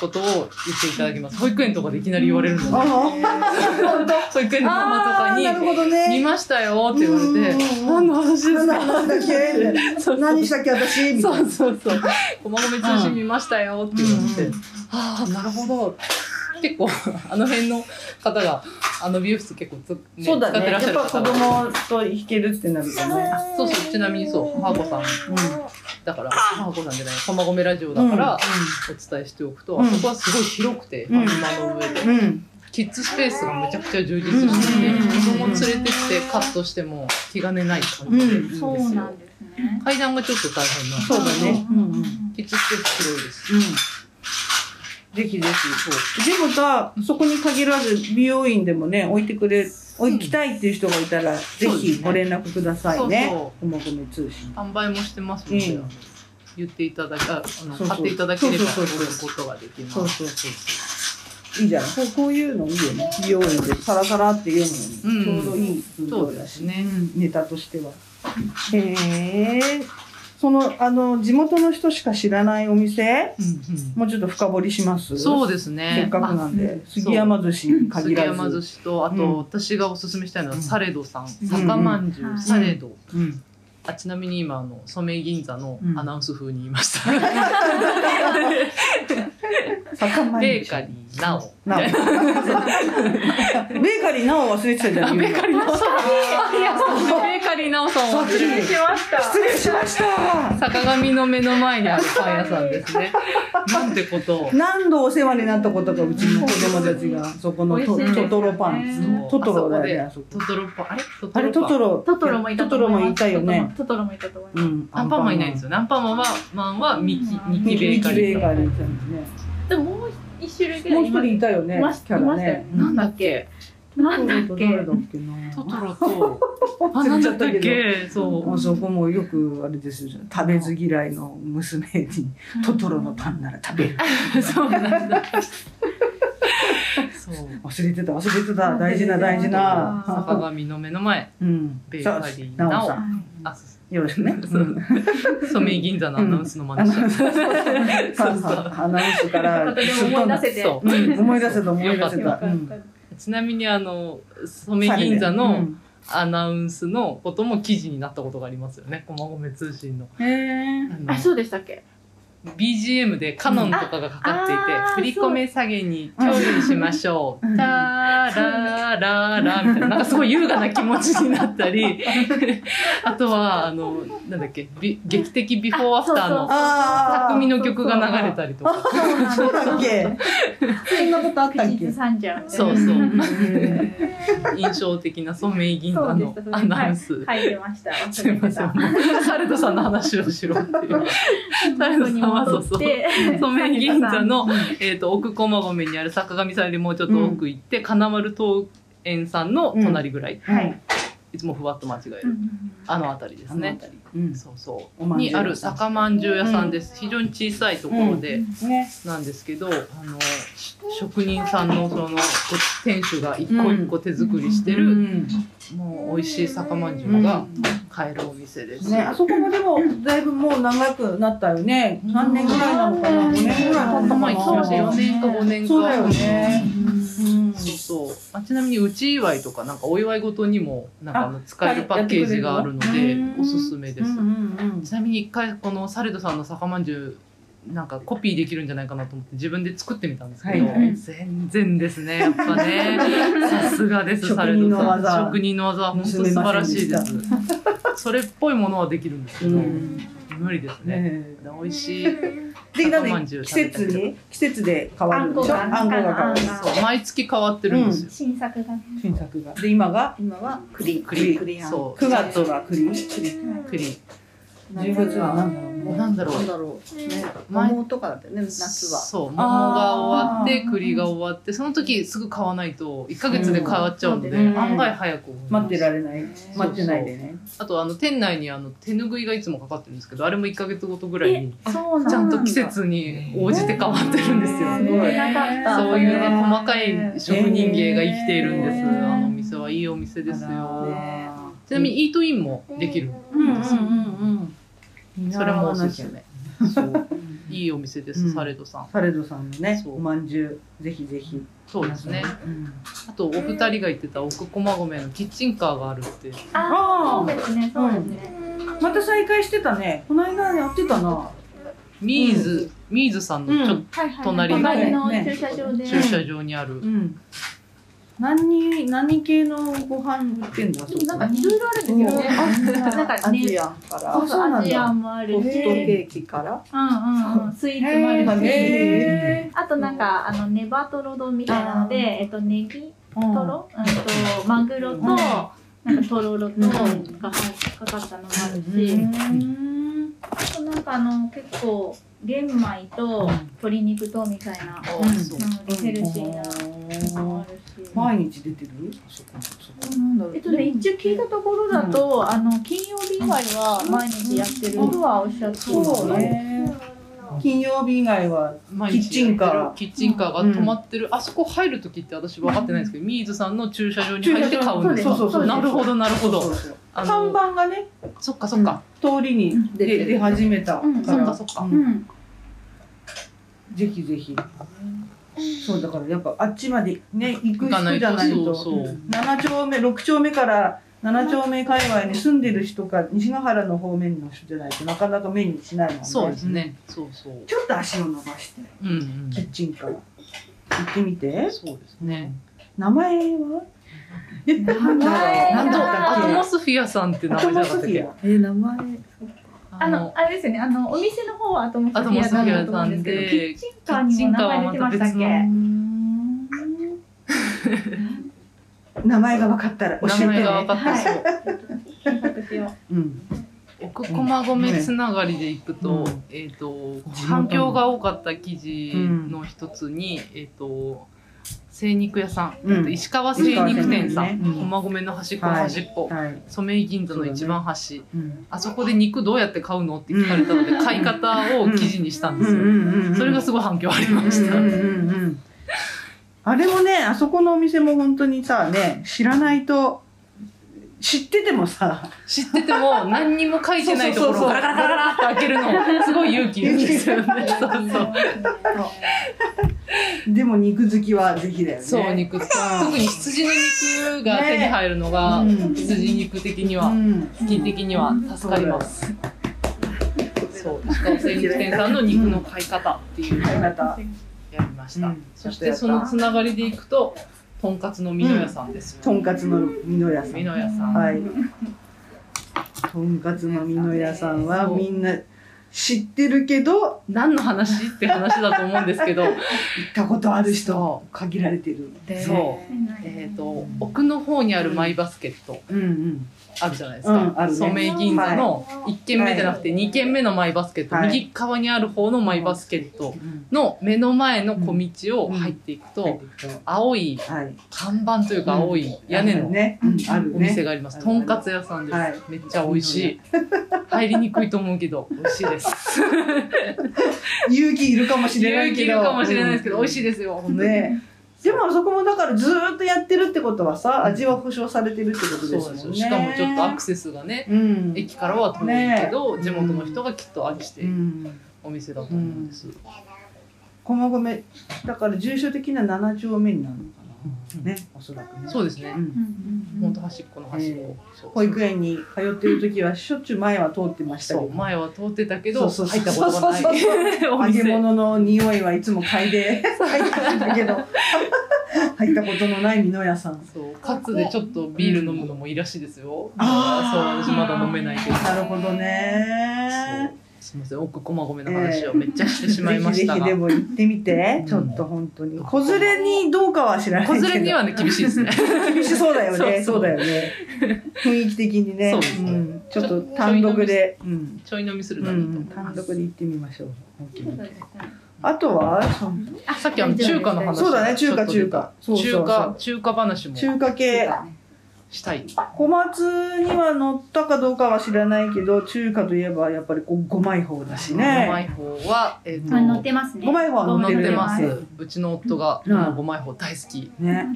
Speaker 2: ことを言っていただきます保育園とかでいきなり言われるの
Speaker 1: あ
Speaker 2: で、
Speaker 1: 本当
Speaker 2: 保育園のママと
Speaker 1: あーな
Speaker 2: か
Speaker 1: る
Speaker 2: に
Speaker 1: ほど
Speaker 2: 「見
Speaker 1: ね
Speaker 2: ましたよ」って言われて
Speaker 1: うん
Speaker 2: 「
Speaker 1: うんうん
Speaker 2: 何の話です
Speaker 1: な
Speaker 2: か?
Speaker 1: なんだっけみたいな」
Speaker 2: そうそう
Speaker 1: 何したっけ私みたい
Speaker 2: そ
Speaker 1: な
Speaker 2: うそうそう「駒込通信見ましたよ」って言われて「
Speaker 1: うんうん
Speaker 2: ああなるほど」結構 あの辺の方があの美容室結構つ、ね
Speaker 1: そうだ
Speaker 2: 使って
Speaker 1: ね。や
Speaker 2: らっしゃ
Speaker 1: っ
Speaker 2: る
Speaker 1: ぱ
Speaker 2: 方
Speaker 1: 子
Speaker 2: が
Speaker 1: 供と弾けるってなるとね。
Speaker 2: そうそうちなみにそう母子さんだから母子さんじゃない駒込ラジオだから、お伝えしておくと、
Speaker 1: うん
Speaker 2: あそこはすごい広くて、
Speaker 1: うん
Speaker 2: 車の上で、
Speaker 1: うん、うん、
Speaker 2: キッズスペースがめちゃくちゃ充実してて、
Speaker 1: うん
Speaker 2: 子供連れてってカットしても気兼ねない感じでいいんです
Speaker 3: そ
Speaker 2: よ、
Speaker 3: うなんですね
Speaker 2: 階段がちょっと大変な
Speaker 1: そうだね。うん、うん、うん。
Speaker 2: キッズスペース広いです
Speaker 1: ぜひぜひ。でもさ、そこに限らず美容院でもね、置いてくれ、置きたいっていう人がいたら、ぜ
Speaker 2: そうです
Speaker 1: ひ
Speaker 2: ね
Speaker 1: ご連絡くださいね
Speaker 2: そうそ。
Speaker 1: ともこめ通信。
Speaker 2: 販売もしてますので、
Speaker 1: うん
Speaker 2: 言っていただきああの
Speaker 1: そうそう
Speaker 2: 買っていただければ
Speaker 1: そ
Speaker 2: そうう
Speaker 1: そうそう
Speaker 2: いうことができます
Speaker 1: そうそうそう。いいじゃん。こうこういうのいいよね。美容院でサラサラって読むのに、
Speaker 2: うん
Speaker 1: ちょうどいい分
Speaker 2: そ
Speaker 1: 量
Speaker 2: うで
Speaker 1: だ
Speaker 2: す
Speaker 1: し、
Speaker 2: ね
Speaker 1: うんネタとしては。へえ。その、あの、地元の人しか知らないお店
Speaker 2: うん
Speaker 1: もうちょっと深掘りします。
Speaker 2: うんそううですね
Speaker 1: せっかくなん
Speaker 2: あ
Speaker 1: で、
Speaker 2: そう
Speaker 1: 杉山寿司に
Speaker 2: 杉
Speaker 1: 限らず。
Speaker 2: 山寿司とあと、
Speaker 1: うん
Speaker 2: 私がおすすめしたいのは、
Speaker 1: うん
Speaker 2: サレドさん酒まんじゅう、
Speaker 3: うん
Speaker 2: サレド、
Speaker 1: うん。
Speaker 2: あちなみに今あの染井銀座のアナウンス風に言いました、
Speaker 1: 酒米
Speaker 2: ベーカリーなお
Speaker 1: なお。ベーカリーなお忘れてたじゃん。ベーカリーなお。
Speaker 2: いやベーカリーなおさんは
Speaker 1: 失礼し
Speaker 3: ました
Speaker 1: 失礼しました。
Speaker 2: 坂上の目の前にあるパン屋さんですねなんてことを
Speaker 1: 何度お世話になったことか、うちの子供たちが、そこのト
Speaker 3: 美味しいですよ
Speaker 1: ト
Speaker 3: ね
Speaker 1: トロパンですね。トトロだよね、あ
Speaker 2: あ
Speaker 1: そ
Speaker 2: そ
Speaker 1: こ
Speaker 2: こで。トトロパンあれト
Speaker 1: あ
Speaker 2: ト
Speaker 1: れ、
Speaker 2: ロ
Speaker 1: ト
Speaker 2: パ
Speaker 1: ト
Speaker 2: ン
Speaker 1: ロ。
Speaker 3: トトロもいた
Speaker 1: トトロもいたよね。
Speaker 3: トトロもいたと思います、
Speaker 1: うん。
Speaker 2: アンパンマンいないんですよねアンパンマンはマンはミキミ
Speaker 1: ミキ
Speaker 2: キベ
Speaker 1: ミ
Speaker 2: ー
Speaker 1: キ
Speaker 2: カ
Speaker 1: ベ
Speaker 2: リ
Speaker 1: ー
Speaker 2: ー
Speaker 1: カ
Speaker 2: さ
Speaker 1: リ
Speaker 2: ん
Speaker 1: ーさんですね。
Speaker 3: でももう一種類ぐら
Speaker 1: も
Speaker 3: いう
Speaker 1: 一人いたよ
Speaker 3: い
Speaker 1: ね
Speaker 3: まし、
Speaker 1: キ
Speaker 3: た
Speaker 1: ャ
Speaker 3: い
Speaker 1: ラ
Speaker 3: ましたよ
Speaker 1: ね
Speaker 3: ね。
Speaker 2: なんだっけ
Speaker 3: なんだっけ
Speaker 1: 誰だっけな。
Speaker 2: トトロとあ
Speaker 1: 忘
Speaker 2: な
Speaker 1: れ
Speaker 2: ん
Speaker 1: ち
Speaker 2: だ
Speaker 1: ゃっ
Speaker 2: った
Speaker 1: た
Speaker 2: っ
Speaker 1: け
Speaker 2: けそ
Speaker 1: ど。あそこもよくあれですよ食べず嫌いの娘に「トトロのパンなら食べる」
Speaker 2: うそうなんだそう
Speaker 1: 忘れてた忘れてた大事な大事な
Speaker 2: 坂上の目の前
Speaker 1: うん
Speaker 2: ベーカリー
Speaker 1: さあ
Speaker 2: なお
Speaker 1: さん
Speaker 2: あそう
Speaker 1: よろしくね
Speaker 2: そう染井銀座のアナウンスの真似しちゃった。
Speaker 1: そうそうアナウンスから
Speaker 3: 片手で思い出せて
Speaker 2: そう
Speaker 1: うん思い出せた思い出せ
Speaker 3: よか
Speaker 1: た
Speaker 3: った
Speaker 1: うん
Speaker 2: ちなみにあの染井銀座のアナウンスのことも記事になったことがありますよね。駒込通信の。
Speaker 1: うんへ
Speaker 2: あの
Speaker 3: あそうでしたっけ
Speaker 2: BGM でカノンとかがかかっていて
Speaker 3: うんあ、ー
Speaker 2: 振り込め下げに調理しましょう。
Speaker 1: うん
Speaker 2: タラララーラーみたいな、なんかすごい優雅な気持ちになったり、あとは、あの、なんだっけ、び劇的ビフォーアフターの
Speaker 1: あ
Speaker 2: 匠の曲が流れたりとか。
Speaker 1: そうだっけそんなことあったっけ
Speaker 3: 口ずさんじゃうみたいな
Speaker 2: そうそうう。
Speaker 1: ん
Speaker 2: 印象的なソメイ銀座
Speaker 3: そう
Speaker 2: の
Speaker 3: でした
Speaker 2: アナウンス。
Speaker 3: 入ってました。忘
Speaker 2: すみ
Speaker 3: れ
Speaker 2: ま
Speaker 3: て
Speaker 2: せん。
Speaker 3: た。
Speaker 2: もうサルトさんの話をしろっていう。サルトさんはそうそう。染谷銀座の、えっ、と、奥駒込にある坂上さんよりもうちょっと奥行って、金丸桃園さんの隣ぐらい、
Speaker 3: はい。
Speaker 2: いつもふわっと間違える、あの辺りですね。そうそ
Speaker 1: お
Speaker 2: う。
Speaker 1: まんじゅ
Speaker 2: に
Speaker 1: う
Speaker 2: あ
Speaker 1: 屋
Speaker 2: る
Speaker 1: さん
Speaker 2: 酒まんじゅう屋さんです。非常に小さいところで、
Speaker 1: ね
Speaker 2: なんですけど、あの、し職人さんのその、こ店主が一個一個手作りしてる、
Speaker 1: うん
Speaker 2: もう美味しい酒まんじゅうが買えるお店です。
Speaker 1: ね、あそこもでもだいぶもう長くなったよね何年ぐらいなのかな5年ぐらいなのか
Speaker 2: 頭に
Speaker 1: な
Speaker 2: 来ました4年か5年か。
Speaker 1: そうだよねうん
Speaker 2: そうそうあちなみにうち祝いとかなんかお祝いごとにもなんかあの使えるパッケージがあるの
Speaker 1: はいやって
Speaker 2: で
Speaker 1: くれるの
Speaker 2: おすすめです、
Speaker 1: うんうんうん
Speaker 2: ちなみに一回このサレドさんの酒まんじゅうなんかコピーできるんじゃないかなと思って自分で作ってみたんですけど、
Speaker 1: はい
Speaker 3: はい
Speaker 2: 全然ですねやっぱ ねさすがです
Speaker 1: 職
Speaker 2: サレ
Speaker 1: 人
Speaker 2: ド
Speaker 1: の
Speaker 2: さん
Speaker 1: 技
Speaker 2: 職人の技は本当素晴らしいです
Speaker 1: 盗
Speaker 2: それっぽいものはできるんですけど、
Speaker 1: うん
Speaker 2: 無理ですね
Speaker 1: ね
Speaker 2: 美味しい
Speaker 1: でな
Speaker 2: 酒まん
Speaker 1: ん
Speaker 2: じゅ
Speaker 1: で
Speaker 2: う
Speaker 1: 季
Speaker 2: 食べた
Speaker 1: 節
Speaker 2: りとか
Speaker 1: に季節で変わ
Speaker 3: あん
Speaker 1: るで
Speaker 3: こ
Speaker 1: しょ
Speaker 3: が、
Speaker 1: あんこが変わる
Speaker 2: そう毎月変わってるんですよ、
Speaker 3: 新作がね。
Speaker 1: 新作がで今が
Speaker 4: 今は
Speaker 1: 栗
Speaker 2: 栗
Speaker 1: 栗あん
Speaker 2: そう
Speaker 1: 9月は栗栗
Speaker 2: 栗
Speaker 1: 10月は何だろうね
Speaker 2: なんだろう
Speaker 4: なんだろう、ね、
Speaker 2: 前
Speaker 4: 桃とかだったよね夏は
Speaker 2: そう桃が終わって
Speaker 3: あー
Speaker 2: 栗が終わってその時すぐ買わないと1か月で変わっちゃうの
Speaker 1: う
Speaker 2: で、
Speaker 1: ん
Speaker 2: 案外早く終わります
Speaker 1: 待ってられない待ってないでね
Speaker 2: あとあの店内にあの手ぬぐいがいつもかかってるんですけどあれも1か月ごとぐらいに
Speaker 3: そうなん
Speaker 2: ち
Speaker 3: だ
Speaker 2: ゃんと季節に応じて変わってるんですよ、
Speaker 1: すごい
Speaker 3: なかった
Speaker 2: そういうね細かい職人芸が生きているんです、
Speaker 1: へー
Speaker 2: あのお店はいいお店です
Speaker 1: あら
Speaker 2: よ
Speaker 1: ー
Speaker 2: ちなみにイートインもできるんですよ、
Speaker 1: んうん
Speaker 2: それもおすすめそういいお店で
Speaker 1: う
Speaker 2: す、
Speaker 1: ん
Speaker 2: サレドさん
Speaker 1: サレドさんのね
Speaker 2: そう
Speaker 1: おまんじゅうぜひぜひ
Speaker 2: そうですね
Speaker 1: うん
Speaker 2: あとお二人が言ってた奥駒込のキッチンカーがあるって
Speaker 3: あーそうですね、そうですね。
Speaker 1: また再開してたねこの間やってたな
Speaker 2: ミーズ、ミーズさんのちょっ
Speaker 3: はいはい。
Speaker 2: 隣
Speaker 1: の
Speaker 3: 隣の駐車場で。
Speaker 2: と駐車場にある、
Speaker 1: うん何何系のご飯売ってんだあそこ
Speaker 3: なんかいろいろあるんですよね。なんか
Speaker 4: アジ
Speaker 3: ね、
Speaker 4: アンから
Speaker 1: あ
Speaker 4: ホ
Speaker 1: そ
Speaker 4: ッ
Speaker 1: う
Speaker 4: ト
Speaker 1: なんだ
Speaker 3: アジアンもあるし、うん
Speaker 4: ケーキから
Speaker 3: うんうん、スイーツも
Speaker 1: へ
Speaker 3: あるし。
Speaker 1: え
Speaker 3: あとなんか、あの、ネバトロ丼みたいなので、えっと、ネギトロ、うんと、マグロと、なんかトロロと、がかかったのもあるし、あとなんかあの、結構、玄米と鶏肉とみたいな、
Speaker 2: あそう
Speaker 3: うんヘルシーなのもあるし。
Speaker 1: 毎日出てるあそこそこ
Speaker 4: なんだろう
Speaker 3: えっとね、一応聞いたところだと、あの金曜日以外は毎日やってるとはおっしゃってま
Speaker 1: そ
Speaker 3: す
Speaker 1: う
Speaker 3: ね。
Speaker 1: ね金曜日以外は
Speaker 2: 毎
Speaker 1: キッチンカー
Speaker 2: キッチンカーが止まってる、あそこ入る時って私分かってないんですけど、ミーズさんの駐車場に入って買うんです
Speaker 1: そうそうそう
Speaker 2: なるほどなるほどあ
Speaker 1: 看
Speaker 2: の
Speaker 1: 板がね
Speaker 2: そっかそっか、
Speaker 1: 通りに出
Speaker 4: 出てる
Speaker 1: 出始めた
Speaker 3: うん
Speaker 1: か
Speaker 2: そっからそっか、
Speaker 1: うん
Speaker 3: うん、
Speaker 1: ぜひぜひそうだからやっぱあっちまでね行く
Speaker 2: 行かな
Speaker 1: 人
Speaker 2: い
Speaker 1: じゃ
Speaker 2: と
Speaker 1: ない
Speaker 2: そう
Speaker 1: と
Speaker 2: そう、
Speaker 1: 7丁目6丁目から7丁目界隈に住んでる人か西ヶ原の方面の人じゃないとなかなか目にしないもんね
Speaker 2: そうですねそうそう
Speaker 1: ちょっと足を伸ばして
Speaker 2: うんうん
Speaker 1: キッチンから行ってみて
Speaker 2: そうですね
Speaker 1: 名前は
Speaker 4: なんだろう
Speaker 1: な
Speaker 2: あ
Speaker 1: んだ
Speaker 2: とアトモ
Speaker 1: っ
Speaker 2: スフィアさんって名
Speaker 1: たっ
Speaker 2: 前
Speaker 1: け
Speaker 2: じ
Speaker 1: アト
Speaker 2: ゃな
Speaker 1: モ
Speaker 2: か
Speaker 1: ス
Speaker 2: っ
Speaker 1: フ
Speaker 2: たっ
Speaker 1: ィ
Speaker 2: け
Speaker 1: ア
Speaker 4: え名前
Speaker 3: あのあれですよね、あのお店の方はアトモスフ
Speaker 2: アトモ
Speaker 3: ィア
Speaker 2: スフィ
Speaker 3: だ
Speaker 2: ア
Speaker 3: と思
Speaker 2: さ
Speaker 3: うん
Speaker 2: ん
Speaker 3: ですけど、
Speaker 2: で
Speaker 3: キッチンカーにも名前出てましたっ
Speaker 2: キッチンカーは
Speaker 3: け？
Speaker 1: 名前が分かったら教えて
Speaker 2: 名前が分
Speaker 1: ね
Speaker 2: かったそう、
Speaker 3: 検索しよ
Speaker 1: うん
Speaker 2: 奥駒込つながりでいくと、
Speaker 1: うん
Speaker 2: えっ、と反響が多かった記事の一つに、えっ、と精肉屋さん、
Speaker 1: うん
Speaker 2: 石川精肉店さ
Speaker 1: 石
Speaker 2: ん、
Speaker 1: 川精肉ねうん
Speaker 2: 駒込の端っこの端っこ、
Speaker 1: はい
Speaker 2: 染井銀座の一番端、
Speaker 1: うん
Speaker 2: あそこで肉どうやって買うのって聞かれたので、買い方を記事にしたんですよ、それがすごい反響ありました、
Speaker 1: うんうんうんうんあれもねあそこのお店も本当にさね知らないと知っててもさ
Speaker 2: 知ってても何にも書いてないところをガラガラガラガラって開けるのすごい勇気いるんですよねそう
Speaker 3: う。
Speaker 2: そう
Speaker 1: でも肉好きはぜひだよね
Speaker 2: そう肉特に羊の肉が手に入るのが、
Speaker 1: うん
Speaker 2: 羊肉的に
Speaker 1: う
Speaker 2: は
Speaker 1: ん
Speaker 2: 資金的には助かります、そう石川精肉店さんの肉の買い方っていうのを
Speaker 1: あ
Speaker 2: や
Speaker 1: りがとう
Speaker 2: りました、
Speaker 1: うん
Speaker 2: そしてそのつながりでいくととんかつの美濃屋さんですよ、
Speaker 1: とんかつの美濃屋さ
Speaker 2: 美
Speaker 1: ん
Speaker 2: 濃屋さん、
Speaker 1: はいとんかつの美濃屋さんは
Speaker 2: そう
Speaker 1: みんな知ってるけど
Speaker 2: 何の話って話だと思うんです けど
Speaker 1: 行ったことある人限られてる
Speaker 2: で
Speaker 3: うん
Speaker 2: えー、と奥の方にあるマイバスケット
Speaker 1: うんうん
Speaker 2: あるじゃないですか、
Speaker 1: うんあるね
Speaker 2: ソメイ銀座の
Speaker 3: はい
Speaker 2: 1軒目じゃなくて2軒目のマイバスケット、
Speaker 1: はい
Speaker 2: 右側にある方のマイバスケットの目の前の小道を入っていくと、青い
Speaker 1: はい
Speaker 2: 看板というか青い屋根の
Speaker 1: ねうんある
Speaker 2: お店
Speaker 1: ね
Speaker 2: があります、
Speaker 1: ね
Speaker 2: とんかつ屋さんです、
Speaker 1: はい
Speaker 2: めっちゃ美味しい入りにくいと思うけど美味しいです
Speaker 1: 勇気いるかもしれない
Speaker 2: 勇
Speaker 1: けど
Speaker 2: 気いるかもしれないですけど、
Speaker 1: うん
Speaker 2: 美味しいですよ本当に
Speaker 1: ねでもあそこもだからずーっとやってるってことはさ味は保証されてるってこと
Speaker 2: そ
Speaker 1: で
Speaker 2: う
Speaker 1: す
Speaker 2: です
Speaker 1: もん
Speaker 2: よ
Speaker 1: ね
Speaker 2: しかもちょっとアクセスがね
Speaker 1: うん
Speaker 2: 駅からは遠いけど、地元の人がきっと愛して
Speaker 1: う
Speaker 2: いる
Speaker 1: ん
Speaker 2: お店だと思うんです、
Speaker 1: 駒込だから住所的な7丁目になるのかなねおそらくね
Speaker 2: そうですね、
Speaker 1: うん
Speaker 3: うん
Speaker 2: ほんと端っこの端っこ、そう
Speaker 1: 保育園に通ってる時はしょっちゅう前は通ってました
Speaker 2: そ
Speaker 1: け
Speaker 2: う
Speaker 1: ど
Speaker 2: 前は通ってたけど
Speaker 1: そうそ
Speaker 2: 入
Speaker 1: う
Speaker 2: っ
Speaker 1: そ
Speaker 2: た
Speaker 1: う
Speaker 2: ことがない
Speaker 1: そうそうそ
Speaker 2: お
Speaker 1: 揚げ
Speaker 2: 店
Speaker 1: 物の匂いはいつも嗅いで入ったんだけど 入ったことのない美濃屋さん
Speaker 2: そうカツでちょっとビール飲むのもいいらしいですよ、
Speaker 1: あー
Speaker 2: そう私まだ飲めないけど
Speaker 1: なるほどね
Speaker 2: そうすみません奥駒込の話をめっちゃしてしまいまし
Speaker 1: ぜ
Speaker 2: た
Speaker 1: ひぜひ
Speaker 2: が、
Speaker 1: でも行ってみて、
Speaker 2: うん
Speaker 1: ちょっと本当に子連れにどうかは知らないけ
Speaker 2: 子
Speaker 1: ど
Speaker 2: 連れにはね厳しい ですね
Speaker 1: 厳しそうだよね
Speaker 2: そう
Speaker 1: そ
Speaker 2: そうう
Speaker 1: だよね雰囲気的にね
Speaker 2: そうですね
Speaker 1: ん、ちょっと単独で、うん
Speaker 2: ちょい飲みする
Speaker 1: う
Speaker 2: のに
Speaker 1: ん、
Speaker 2: と思いま
Speaker 1: 単
Speaker 2: す、
Speaker 1: 独で行ってみましょう本気
Speaker 3: そう
Speaker 1: に
Speaker 3: だね
Speaker 1: あとはそ
Speaker 2: あさっきあの中華の話
Speaker 1: そうだね中華
Speaker 2: ち
Speaker 1: 中
Speaker 2: ょっと出た
Speaker 1: 華そうそうそう
Speaker 2: 中華中華話も
Speaker 1: 中華系
Speaker 2: したい
Speaker 1: 小松には乗ったかどうかは知らないけど中華といえばやっぱりこう五枚法だし
Speaker 2: 五枚
Speaker 1: ね
Speaker 2: 法は、えー、
Speaker 3: あ乗っ
Speaker 2: と
Speaker 3: てますね。
Speaker 1: ごめんわ
Speaker 2: 乗
Speaker 1: 乗
Speaker 2: ってま
Speaker 1: 乗って
Speaker 2: すうちの夫が
Speaker 1: うん
Speaker 2: この五枚法大好き
Speaker 1: ね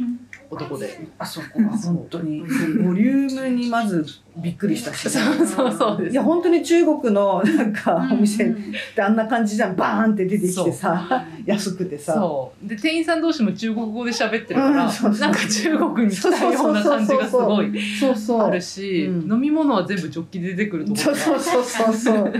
Speaker 2: 男で
Speaker 1: あそこ は本当にボリュームにまずびっくりしたし
Speaker 2: そうそうそうで
Speaker 1: い
Speaker 2: す
Speaker 1: や本当に中国のなんかお店
Speaker 3: う
Speaker 1: っ
Speaker 3: んうん
Speaker 1: てあんな感じじゃんバーンって出てきてさ
Speaker 2: そ
Speaker 1: 安くてさ
Speaker 2: そうで店員さん同士も中国語で喋ってるから、
Speaker 1: うんそうそう
Speaker 2: なんか中国に来たような感じがすごい
Speaker 1: そうそう
Speaker 2: あるし、
Speaker 1: うん
Speaker 2: 飲み物は全部ジョッキで出てくるとこ
Speaker 1: そう
Speaker 2: ろ
Speaker 1: そうそうそうそう
Speaker 2: が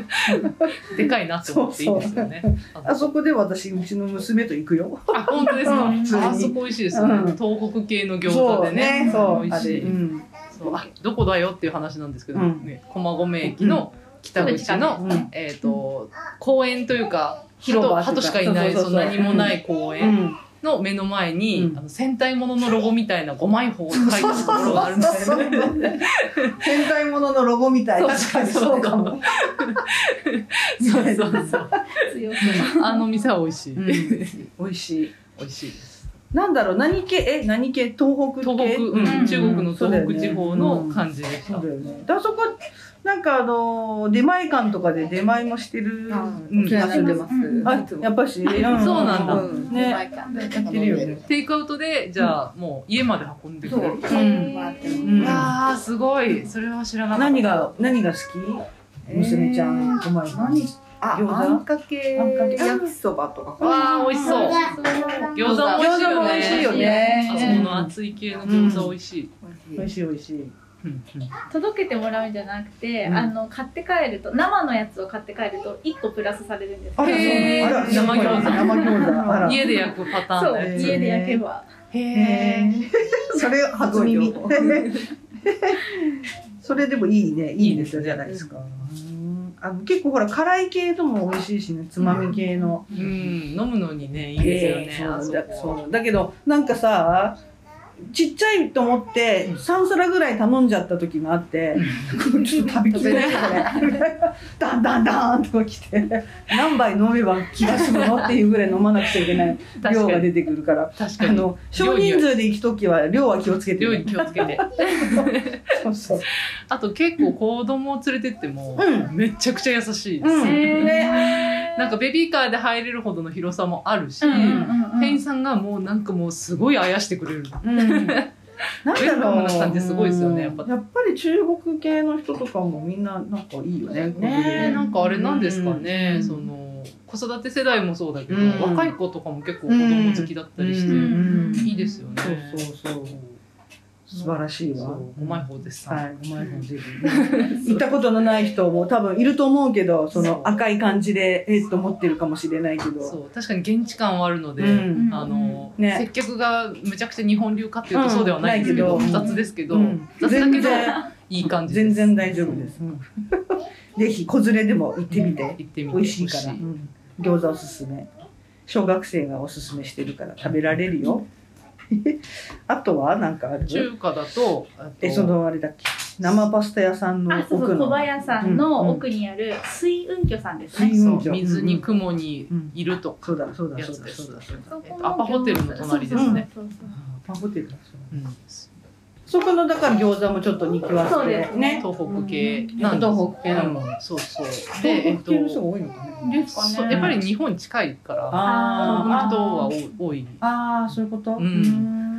Speaker 2: でかいなと思っていいですよね。
Speaker 1: あそこで私うちの娘と行くよ
Speaker 2: あ本当ですか、
Speaker 1: うん普通に
Speaker 2: あそこ美味しいですよね、
Speaker 1: うん
Speaker 2: 東北系の餃
Speaker 1: そ
Speaker 2: 子
Speaker 1: う
Speaker 2: でね
Speaker 1: そう
Speaker 2: 美味しい
Speaker 1: あれうん
Speaker 2: そうあどこだよっていう話なんですけど、
Speaker 1: うん
Speaker 2: ね、駒込駅の北口の、
Speaker 1: うん
Speaker 2: えー、と公園というか
Speaker 1: 広場
Speaker 2: 鳩鳩しかいない
Speaker 1: そう
Speaker 2: そ
Speaker 1: そううそう
Speaker 2: 何もない公
Speaker 1: う
Speaker 2: 園
Speaker 1: ん
Speaker 2: の目の前に、
Speaker 1: うん
Speaker 2: あの戦隊もののロゴみたいな五枚法を書いてる ところがあるんですよ ね。
Speaker 1: 戦隊もののロゴみたい
Speaker 2: そう
Speaker 1: 確かにそうかも
Speaker 2: そう
Speaker 1: そう
Speaker 2: そうそう
Speaker 3: 強く
Speaker 2: あの店は美味しい、
Speaker 1: うん
Speaker 2: 美
Speaker 1: 美味しい
Speaker 2: 味しいです
Speaker 1: なんだろう何系え何系東北系
Speaker 2: 東北、うん
Speaker 3: うん
Speaker 2: 中国の東北地方の感じでした、
Speaker 1: そうだよね。だからそこなんかあの出前館とかで出前もしてる。
Speaker 2: うん
Speaker 4: 気になってます。
Speaker 1: あやっぱし、
Speaker 2: あそうなんだ
Speaker 1: うんね。やってるよね。
Speaker 2: テイクアウトでじゃあもう家まで運んでく
Speaker 4: そう
Speaker 2: れる、
Speaker 1: う
Speaker 4: うんん。
Speaker 1: うん
Speaker 2: わあすごいそれは知らなかった
Speaker 1: 何が何が好き？娘ちゃん、お前
Speaker 4: 何
Speaker 1: 何？
Speaker 4: あ、
Speaker 1: 餃子
Speaker 4: あんかけ
Speaker 1: あんかけ
Speaker 4: 焼きそばとかかな。
Speaker 2: わあ美味しそう餃子も美味しいよね
Speaker 1: 餃子も美味しいよ
Speaker 2: あそこ
Speaker 1: ね。
Speaker 2: の熱い系の餃子美味しい、
Speaker 1: 美味しい美味しい。
Speaker 2: うんうん
Speaker 3: 届けてもらうんじゃなくて、
Speaker 1: うん
Speaker 3: あの買って帰ると生のやつを買って帰ると一個プラスされるんです。
Speaker 1: あら
Speaker 2: へー
Speaker 1: そうなのあら
Speaker 2: 生餃子
Speaker 1: 生餃子あら。
Speaker 2: 家で焼くパターン
Speaker 3: そ
Speaker 2: の
Speaker 3: う
Speaker 2: や
Speaker 1: へ
Speaker 2: つ
Speaker 1: ー
Speaker 3: 家で焼けば。
Speaker 2: へ
Speaker 1: へ
Speaker 2: え
Speaker 1: ーそれ初耳
Speaker 4: すごいよ。
Speaker 1: それでもいいねいいですよじゃないですか。うんあの結構ほら辛い系とも美味しいしねつまみ系の。
Speaker 2: うん飲むのにねいいですよね、
Speaker 1: ええ
Speaker 2: あ
Speaker 1: そ
Speaker 2: そうこ
Speaker 1: だそうだけどなんかさちっちゃいと思って3皿ぐらい頼んじゃった時があって、ちょっと食べきれないからねダンダンダンと来て何杯飲めば気が済むのっていうぐらい飲まなくちゃいけない量
Speaker 2: 確か
Speaker 1: が
Speaker 2: に
Speaker 1: 出てくるから
Speaker 2: 確
Speaker 1: あ
Speaker 2: かに
Speaker 1: の少人数で行く時は量は気をつけて
Speaker 2: 料
Speaker 1: ね
Speaker 2: 理気をつけて
Speaker 1: そうそう
Speaker 2: あと結構子供を連れてっても、
Speaker 1: うん
Speaker 2: めちゃくちゃ優しいです、
Speaker 1: うん
Speaker 3: ね
Speaker 2: なんかベビーカーで入れるほどの広さもあるし、
Speaker 3: うんうんうん
Speaker 2: 店員さんがもうなんかもうすごいあやしてくれる
Speaker 1: うん なんだ
Speaker 2: ウェルカ
Speaker 1: ろ
Speaker 2: ム
Speaker 1: う
Speaker 2: な感じすごいですよね
Speaker 1: や
Speaker 2: や
Speaker 1: っ
Speaker 2: っ
Speaker 1: ぱ
Speaker 2: ぱ
Speaker 1: り中国系の人とかもみんななんかいいよね
Speaker 2: ねなんかあれなんですかね、
Speaker 1: うん
Speaker 2: その子育て世代もそうだけど、
Speaker 1: うん
Speaker 2: 若い子とかも結構子供好きだったりして、
Speaker 1: う
Speaker 3: う
Speaker 1: ん
Speaker 3: ん
Speaker 2: いいですよね、
Speaker 1: そうそうそう。素晴らしい
Speaker 2: そ
Speaker 1: わ。
Speaker 2: ううまい方ですさん、
Speaker 1: はい、うまい方です 行ったことのない人も多分いると思うけど、その赤い感じで、えっと思ってるかもしれないけど。
Speaker 2: そう確かに現地感はあるので、
Speaker 1: うん
Speaker 2: あの
Speaker 1: うんね
Speaker 2: 接客がむちゃくちゃ日本流かっていうとそうではないんですけど、
Speaker 1: うんないけど
Speaker 2: 雑ですけど、
Speaker 1: うん
Speaker 2: 雑だ
Speaker 1: 全
Speaker 2: けど
Speaker 1: 然、
Speaker 2: いい感じ
Speaker 1: 全然大丈夫です。うん ぜひ、子連れでも行ってみて。
Speaker 2: 行ってみて
Speaker 1: 美味しいから、うん餃子おすすめ小学生がおすすめしてるから食べられるよ あとは何かある
Speaker 2: 中華だとあと
Speaker 1: えそのあれだっけ生パスタ屋さんの
Speaker 3: あ、そうそ
Speaker 1: 奥
Speaker 3: う、
Speaker 1: の
Speaker 3: 小林さんの奥にある水雲居さんですね。
Speaker 1: 水雲
Speaker 2: そう水に雲にいるとか、
Speaker 1: そうだそうだ
Speaker 2: や
Speaker 1: そう
Speaker 2: つ
Speaker 1: だ
Speaker 2: です
Speaker 1: そうだそうだ
Speaker 3: そこ
Speaker 2: えっとアパホテルの隣ですね。
Speaker 3: そうそうそう
Speaker 1: パンホテルだそう
Speaker 2: うん
Speaker 1: そこのだから餃子もちょっとにぎわっ
Speaker 3: そう
Speaker 1: て
Speaker 3: ですね
Speaker 2: 東北系なんです、
Speaker 1: 東北系なの
Speaker 2: うんそうそうで
Speaker 1: 東
Speaker 2: えっ
Speaker 1: 北
Speaker 2: と
Speaker 1: 系の人が多いのかね
Speaker 3: ですかね
Speaker 2: そうやっぱり日本近いから
Speaker 1: あー
Speaker 2: 東北の人は多い多い
Speaker 1: あーそういうこと
Speaker 2: うん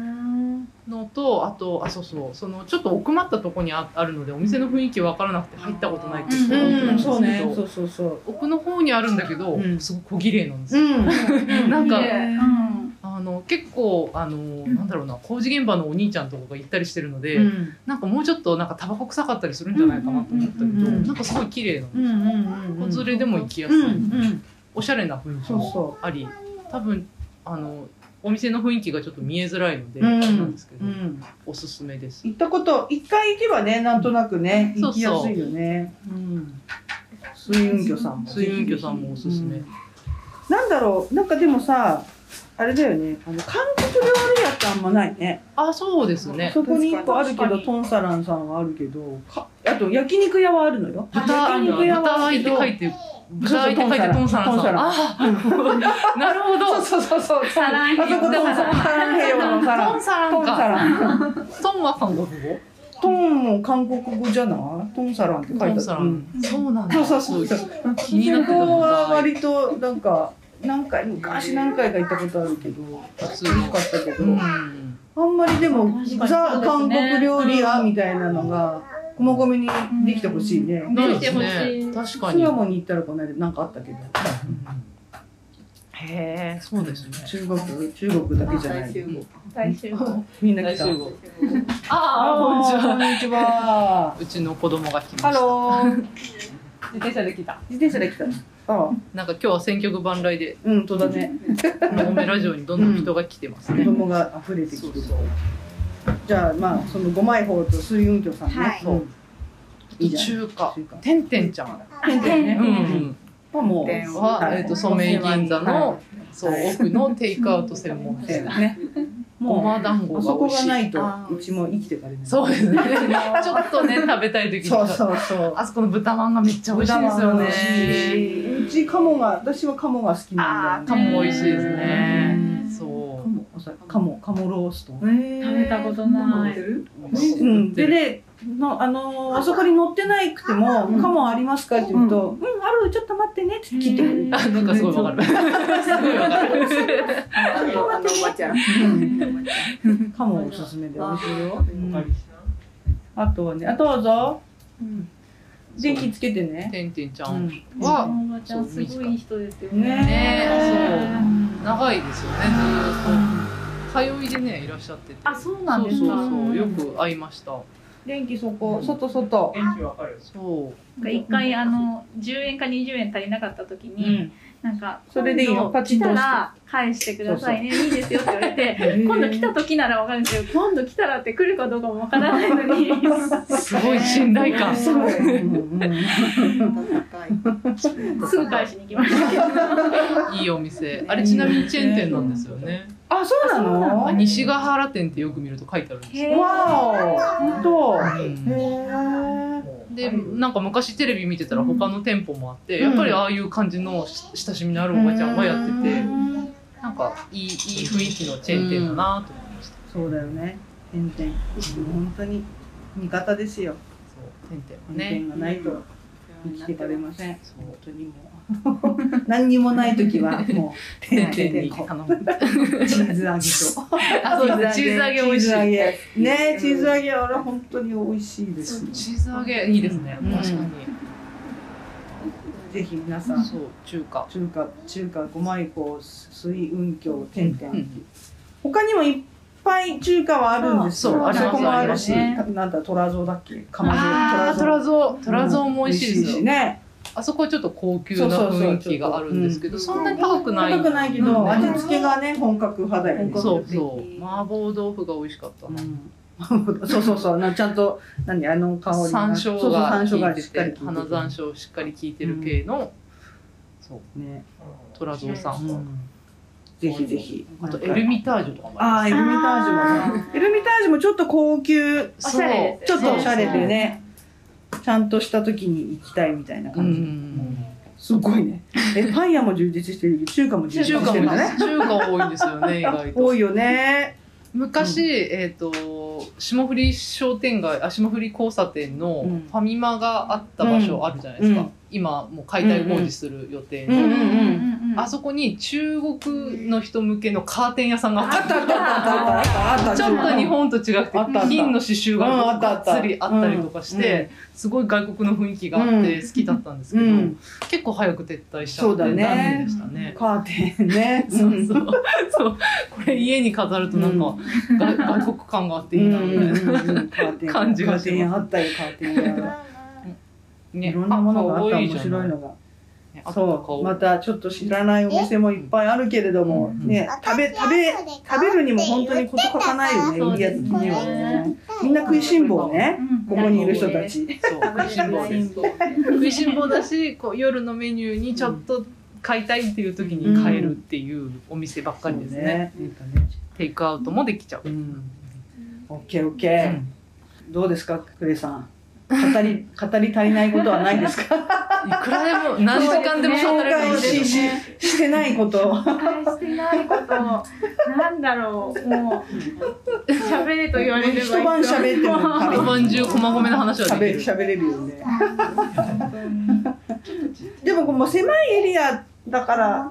Speaker 2: のとあとあそうそうそのちょっと奥まったとこにああるのでお店の雰囲気わからなくて入ったことないってい
Speaker 1: う
Speaker 2: う人が多い
Speaker 1: ん
Speaker 2: んですけど、
Speaker 1: そうねそうそうそう
Speaker 2: 奥の方にあるんだけど、
Speaker 1: うん
Speaker 2: すごく小綺麗なんですよ、
Speaker 1: うん
Speaker 2: なんか
Speaker 3: いいねうん
Speaker 2: あの結構あの、なんだろうな工事現場のお兄ちゃんとかが行ったりしてるので、
Speaker 1: うん
Speaker 2: なんかもうちょっとなんかタバコ臭かったりするんじゃないかなと思ったけど、
Speaker 1: うんうんうんうん
Speaker 2: なんかすごい綺麗なん
Speaker 1: うん
Speaker 2: ですよ
Speaker 1: うんうん
Speaker 2: 子、連れでも行きやす
Speaker 1: う
Speaker 2: い、
Speaker 1: んうん
Speaker 2: おしゃれな雰囲気
Speaker 1: そう
Speaker 2: も
Speaker 1: そ
Speaker 2: あり多分あのお店の雰囲気がちょっと見えづらいので、
Speaker 1: うん
Speaker 2: なんですけど、
Speaker 1: ううん
Speaker 2: おすすめです
Speaker 1: 行ったこと一回行けばねなんとなくね
Speaker 2: そ
Speaker 1: 行
Speaker 2: う
Speaker 1: き
Speaker 2: そう
Speaker 1: やすいよねうん水運魚さんも
Speaker 2: 水雲居さんもおすすめ、
Speaker 1: うんなんだろうなんかでもさあれだよねあの韓国料理屋ってあんまないね
Speaker 2: あそうですね
Speaker 1: そこに一個あるけ
Speaker 3: 確か
Speaker 1: ど
Speaker 3: に
Speaker 1: トンサランさんはあるけどかあと焼肉屋はあるのよ
Speaker 2: 豚
Speaker 1: 焼肉屋
Speaker 2: 豚
Speaker 1: はあ
Speaker 2: 愛
Speaker 1: る
Speaker 2: っ
Speaker 1: け
Speaker 2: て
Speaker 1: ど
Speaker 2: 書いて豚愛って書い
Speaker 1: そ
Speaker 2: て
Speaker 1: うそう
Speaker 2: トンサラン
Speaker 1: トンサ
Speaker 2: さ
Speaker 1: ラ
Speaker 2: ん
Speaker 1: ン
Speaker 2: あーなるほ
Speaker 1: そ
Speaker 2: ど
Speaker 1: うそうそうそう
Speaker 3: サランヘ
Speaker 1: あ
Speaker 3: ヨ
Speaker 1: そこトンサランサランヘヨのサラ
Speaker 2: トン
Speaker 1: ン
Speaker 2: サラ
Speaker 1: ト
Speaker 2: ン
Speaker 1: ンサ
Speaker 2: か
Speaker 1: ラン
Speaker 2: トンは韓国語
Speaker 1: トンも韓国語じゃないトンサランって書いて
Speaker 2: ト
Speaker 1: あ
Speaker 2: ン
Speaker 1: る
Speaker 2: サラ
Speaker 1: うん
Speaker 2: ンそうなんだ
Speaker 1: そうそうそうそう
Speaker 2: 気になってた
Speaker 1: そこは割となんか何回昔何回か行ったことあるけど
Speaker 2: 普通
Speaker 1: 楽し
Speaker 2: の
Speaker 1: かったけど、
Speaker 2: うん
Speaker 1: あんまりでも
Speaker 3: 確かに
Speaker 1: ザ・
Speaker 3: そう
Speaker 1: 韓
Speaker 3: ですね
Speaker 1: 国料理屋みたいなのが駒込にできてほしいね。
Speaker 3: ね
Speaker 2: ね
Speaker 3: 来てほしい
Speaker 2: 確か
Speaker 1: 巣
Speaker 2: に。
Speaker 1: 鴨に行ったらこの間なんかあったけど
Speaker 2: へえ、そうですね。
Speaker 1: 中国中国だけじゃない
Speaker 3: 大集合
Speaker 1: みんな来た
Speaker 2: 合。
Speaker 1: あ
Speaker 2: ああ、こんにち
Speaker 1: ーこ
Speaker 2: は。
Speaker 1: んにちは
Speaker 2: うちの子供が来ました。
Speaker 1: ハロー
Speaker 2: 自転車で来た。
Speaker 1: 自転車で来たあ
Speaker 2: なんか今日は選曲万来で、
Speaker 1: うんとだね
Speaker 2: のごめラジオにどんどん人が来てます
Speaker 1: 子
Speaker 2: ね。
Speaker 1: 供が溢れてきてるじゃあまあその五枚方と水雲居さんね、
Speaker 3: はい
Speaker 1: そういいじゃん
Speaker 2: 中華
Speaker 1: 中華。
Speaker 2: てんてんちゃん。
Speaker 1: 店だよね
Speaker 2: うんうん。
Speaker 1: はもう
Speaker 4: 店
Speaker 2: は、えっと、ソメイ銀座の
Speaker 1: は、
Speaker 2: そう、奥のテイクアウト専門店。
Speaker 1: ね
Speaker 2: ご
Speaker 1: も
Speaker 2: ま団
Speaker 1: う
Speaker 2: 子
Speaker 1: あそ
Speaker 2: が
Speaker 1: こ
Speaker 2: 美味
Speaker 1: が
Speaker 2: しい。
Speaker 1: ないとうちも生きてかれない
Speaker 2: そう
Speaker 1: う
Speaker 2: ですね。ちょっとね、食べたい時
Speaker 1: そう
Speaker 2: に。
Speaker 1: そうそう
Speaker 2: あそこの豚まんがめっちゃ美味しいですよ
Speaker 1: 豚まん美味し
Speaker 2: ね。
Speaker 1: うち鴨が私は鴨が好きな
Speaker 2: あ
Speaker 1: ん
Speaker 2: ー、
Speaker 1: だ
Speaker 2: カ
Speaker 1: よね
Speaker 2: モ美味しいですね
Speaker 3: う。ん
Speaker 2: そ
Speaker 1: 鴨お酒鴨鴨ロースト
Speaker 3: 食べたことない
Speaker 2: う。
Speaker 1: うん、でねの、あのーあそこに乗ってないくても「鴨ありますか?」って言うと「うん、あるちょっと待ってね」って聞いてくれる
Speaker 2: あ、なんかすごいわかる。すごいわかる。
Speaker 4: あのあのおばちゃん。
Speaker 1: 鴨おすすめで美味しいよ、うんあとはねあどうぞ電気つけてね
Speaker 2: てんてんちゃ
Speaker 1: うんん
Speaker 3: お
Speaker 2: は
Speaker 3: ばちゃんすごいいい人ですよ
Speaker 1: ね
Speaker 3: ね。
Speaker 2: ね
Speaker 1: え
Speaker 2: 長いですよね。ずーっと通いでねいらっしゃってて。
Speaker 3: あ、そうなん
Speaker 2: そう
Speaker 3: です
Speaker 2: そ
Speaker 3: か。
Speaker 2: うそう。
Speaker 3: な
Speaker 2: よ
Speaker 3: ん
Speaker 2: く会いました。
Speaker 1: 電気そこ外外
Speaker 2: そう。
Speaker 3: か一回あの10円か20円足りなかった時
Speaker 1: う
Speaker 3: に、
Speaker 1: ん
Speaker 3: なんか
Speaker 1: それでいいよ
Speaker 3: 今度
Speaker 1: パチンと
Speaker 3: 来
Speaker 1: 押
Speaker 3: た
Speaker 1: して
Speaker 3: ら返してくださいね。いいですよって言われて。今
Speaker 1: 今
Speaker 3: 度来た時ならわかるんですけど今度来たらって来るかどうかもわからないのに
Speaker 2: すごい信頼感。
Speaker 1: すごい、うんうん
Speaker 3: すぐ返しに行きましたけど
Speaker 2: いいお店。あれちなみにチェーン店なんですよね。
Speaker 1: あそうなの
Speaker 2: あ西ヶ原店ってよく見ると書いてあるんですよ。
Speaker 1: わお本
Speaker 2: うん
Speaker 1: 当へえ
Speaker 2: でなんか昔テレビ見てたら他の店舗もあって、やっぱりああいう感じのし親しみのあるおばちゃんがやってて、なんかいいいい雰囲気のチェーン店だなと思いました、
Speaker 1: そうだよね点々本当に味方ですよ
Speaker 2: そう点々はね
Speaker 1: 点々がないと生きていかれません
Speaker 2: そ
Speaker 1: 本
Speaker 2: う
Speaker 1: 当にもう何にもない時 はもう
Speaker 2: 点
Speaker 1: 点々
Speaker 2: 々に
Speaker 1: にこ
Speaker 2: 頼む
Speaker 1: うチーズ 揚げ
Speaker 2: あそうで
Speaker 1: と
Speaker 2: すチーズ揚げ美味し
Speaker 1: チーズ揚
Speaker 2: い
Speaker 1: げねチーズ揚げあれ本当に美味しいです
Speaker 2: チーズ揚げいいですね、
Speaker 1: うん
Speaker 2: 確かに、
Speaker 1: ぜひ皆さん
Speaker 2: そう中華
Speaker 1: 中華中華五枚香水雲郷点々
Speaker 2: うん
Speaker 1: 他にもいっぱい中華はあるんですよ
Speaker 2: そう
Speaker 3: あります
Speaker 1: そこもあるし、
Speaker 3: ありま
Speaker 1: なんだトラゾだっけかま
Speaker 2: あー、
Speaker 1: ど
Speaker 2: ト
Speaker 1: トラ
Speaker 2: ラ
Speaker 1: ゾ
Speaker 2: ゾー、トラゾーも美味しいです
Speaker 1: し
Speaker 2: よ。
Speaker 1: ね
Speaker 2: あそこはちょっと高級な雰囲気があるんですけど、
Speaker 4: そ
Speaker 2: そ
Speaker 4: うそ
Speaker 2: ん
Speaker 4: う
Speaker 2: なに高くない。
Speaker 1: 高くないけ
Speaker 2: う
Speaker 1: ど
Speaker 2: ん
Speaker 1: 味付けがね本格派だよね
Speaker 2: そうそう。麻婆豆腐が美味しかったな。
Speaker 1: うんそうそうそうなちゃんと何あの香りが
Speaker 2: 山
Speaker 1: そう
Speaker 2: 椒
Speaker 1: そう
Speaker 2: が
Speaker 1: 山椒
Speaker 2: 効い
Speaker 1: が
Speaker 2: て
Speaker 1: しっかり
Speaker 2: て
Speaker 1: 効いて、
Speaker 2: 花山椒しっかり効いてる系の、そう、
Speaker 1: ね、
Speaker 2: トラゾーさん。
Speaker 1: ぜひぜひ
Speaker 2: あとエルミタージュとかも
Speaker 1: あ
Speaker 2: あ
Speaker 1: ーエ
Speaker 2: り
Speaker 1: ル
Speaker 2: ま
Speaker 1: ミタージュもねエルミタージュもちょっと高級
Speaker 2: す。
Speaker 3: おしゃれです
Speaker 1: ちょっとおしゃれで
Speaker 3: よ
Speaker 1: ねちゃんとした時に行きたいみたいな
Speaker 2: そうう
Speaker 1: 感じ、
Speaker 2: ん。
Speaker 1: すごいね えパン屋も充実してる中華も充実
Speaker 2: 中
Speaker 1: して
Speaker 2: 華
Speaker 1: るん
Speaker 2: も
Speaker 1: だ
Speaker 2: で
Speaker 1: ね
Speaker 2: す。中華多いんですよね、意外と
Speaker 1: 多。いよね
Speaker 2: 昔、えっ、と霜降り商店街あ霜降り交差点の
Speaker 1: うん
Speaker 2: ファミマがあった場所あるじゃないですか、
Speaker 1: うん
Speaker 2: 今もう解体工事する予定の、
Speaker 1: うんうん
Speaker 2: あそこに中国の人向けのカーテン屋さんがあった
Speaker 1: あったあったあったあったあったあった
Speaker 2: ちょっと日本と違くて
Speaker 1: あったあった
Speaker 2: 金の刺繍が
Speaker 1: うんあ
Speaker 2: が
Speaker 1: ったあった
Speaker 2: っつりあったりとかして、すごい外国の雰囲気があって
Speaker 1: う
Speaker 2: 好きだったんですけ
Speaker 1: う
Speaker 2: ど、
Speaker 1: ん
Speaker 2: 結構早く撤退しちゃ
Speaker 1: そ
Speaker 2: っ
Speaker 1: う
Speaker 2: て
Speaker 1: だね
Speaker 2: 残念でしたね。
Speaker 1: カーテン ね
Speaker 2: そうそうそうこれ家に飾るとなんか、が外国感があっていいなみたいな。
Speaker 1: な
Speaker 2: 感じが
Speaker 1: カーテン
Speaker 2: し
Speaker 1: 屋
Speaker 2: ま
Speaker 1: あったよカーテン屋
Speaker 2: ね
Speaker 1: いろんなものがあった
Speaker 2: 可愛
Speaker 1: 面
Speaker 2: じゃん
Speaker 1: 白いのが
Speaker 2: ねあった
Speaker 1: そう
Speaker 2: 顔
Speaker 1: またちょっと知らないお店もいっぱいあるけれども
Speaker 2: うん
Speaker 1: ね食べ食べ食べるにも本当に
Speaker 5: こ
Speaker 1: 事欠かないよね
Speaker 3: そう
Speaker 1: いいや
Speaker 3: で
Speaker 1: つ
Speaker 3: す
Speaker 1: に
Speaker 3: ね
Speaker 1: はねみんな食いしん坊ねここにいる人たち
Speaker 2: そう食いしん坊です食いしん坊だしこう夜のメニューにちょっと買いたいっていう時に買えるっていうお店ばっかりですね,、
Speaker 1: なんかね
Speaker 2: テイクアウトもできちゃ
Speaker 1: う
Speaker 2: う、
Speaker 1: んオッケーオッケー、どうですかクレさん語り 語り足りないことはないですか
Speaker 2: いくらでも何時間でも
Speaker 1: 紹
Speaker 2: 語れるか
Speaker 1: 介
Speaker 2: もしれ
Speaker 1: し
Speaker 2: ない
Speaker 1: ししてないこと
Speaker 3: 紹介してないことなんだろうもう喋れと言われれば
Speaker 1: 一晩喋っても
Speaker 3: も
Speaker 2: おまんじゅう駒込の話は
Speaker 1: 喋
Speaker 2: で
Speaker 1: る
Speaker 2: きる
Speaker 1: 喋れるよねでもこうもう狭いエリアだから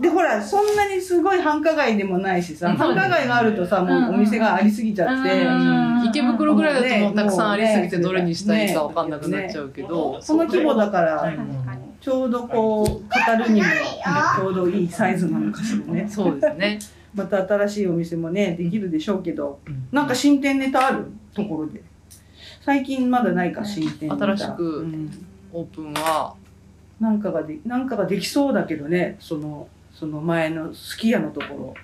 Speaker 1: でほらそんなにすごい繁華街でもないしさ
Speaker 2: うん
Speaker 1: 繁華街があるとさもうお店がありすぎちゃって、
Speaker 2: うん池袋ぐらいだとも
Speaker 1: ね
Speaker 2: うたくさんありすぎ
Speaker 1: も
Speaker 2: て
Speaker 1: うね
Speaker 2: どれにしたいかわかんなくなっちゃうけど、
Speaker 1: この規模だから
Speaker 3: 確かに
Speaker 1: ちょうどこう語るにもちょうどいいサイズなのかしらね
Speaker 2: そうですね、
Speaker 1: また新しいお店もねできるでしょうけど
Speaker 2: うん
Speaker 1: なんか新店ネタあるところで最近まだないか新店ネタ
Speaker 2: 新しく
Speaker 1: うん
Speaker 2: オープンは
Speaker 1: なんかがでなんかができそうだけどねそのその前のすき家のところ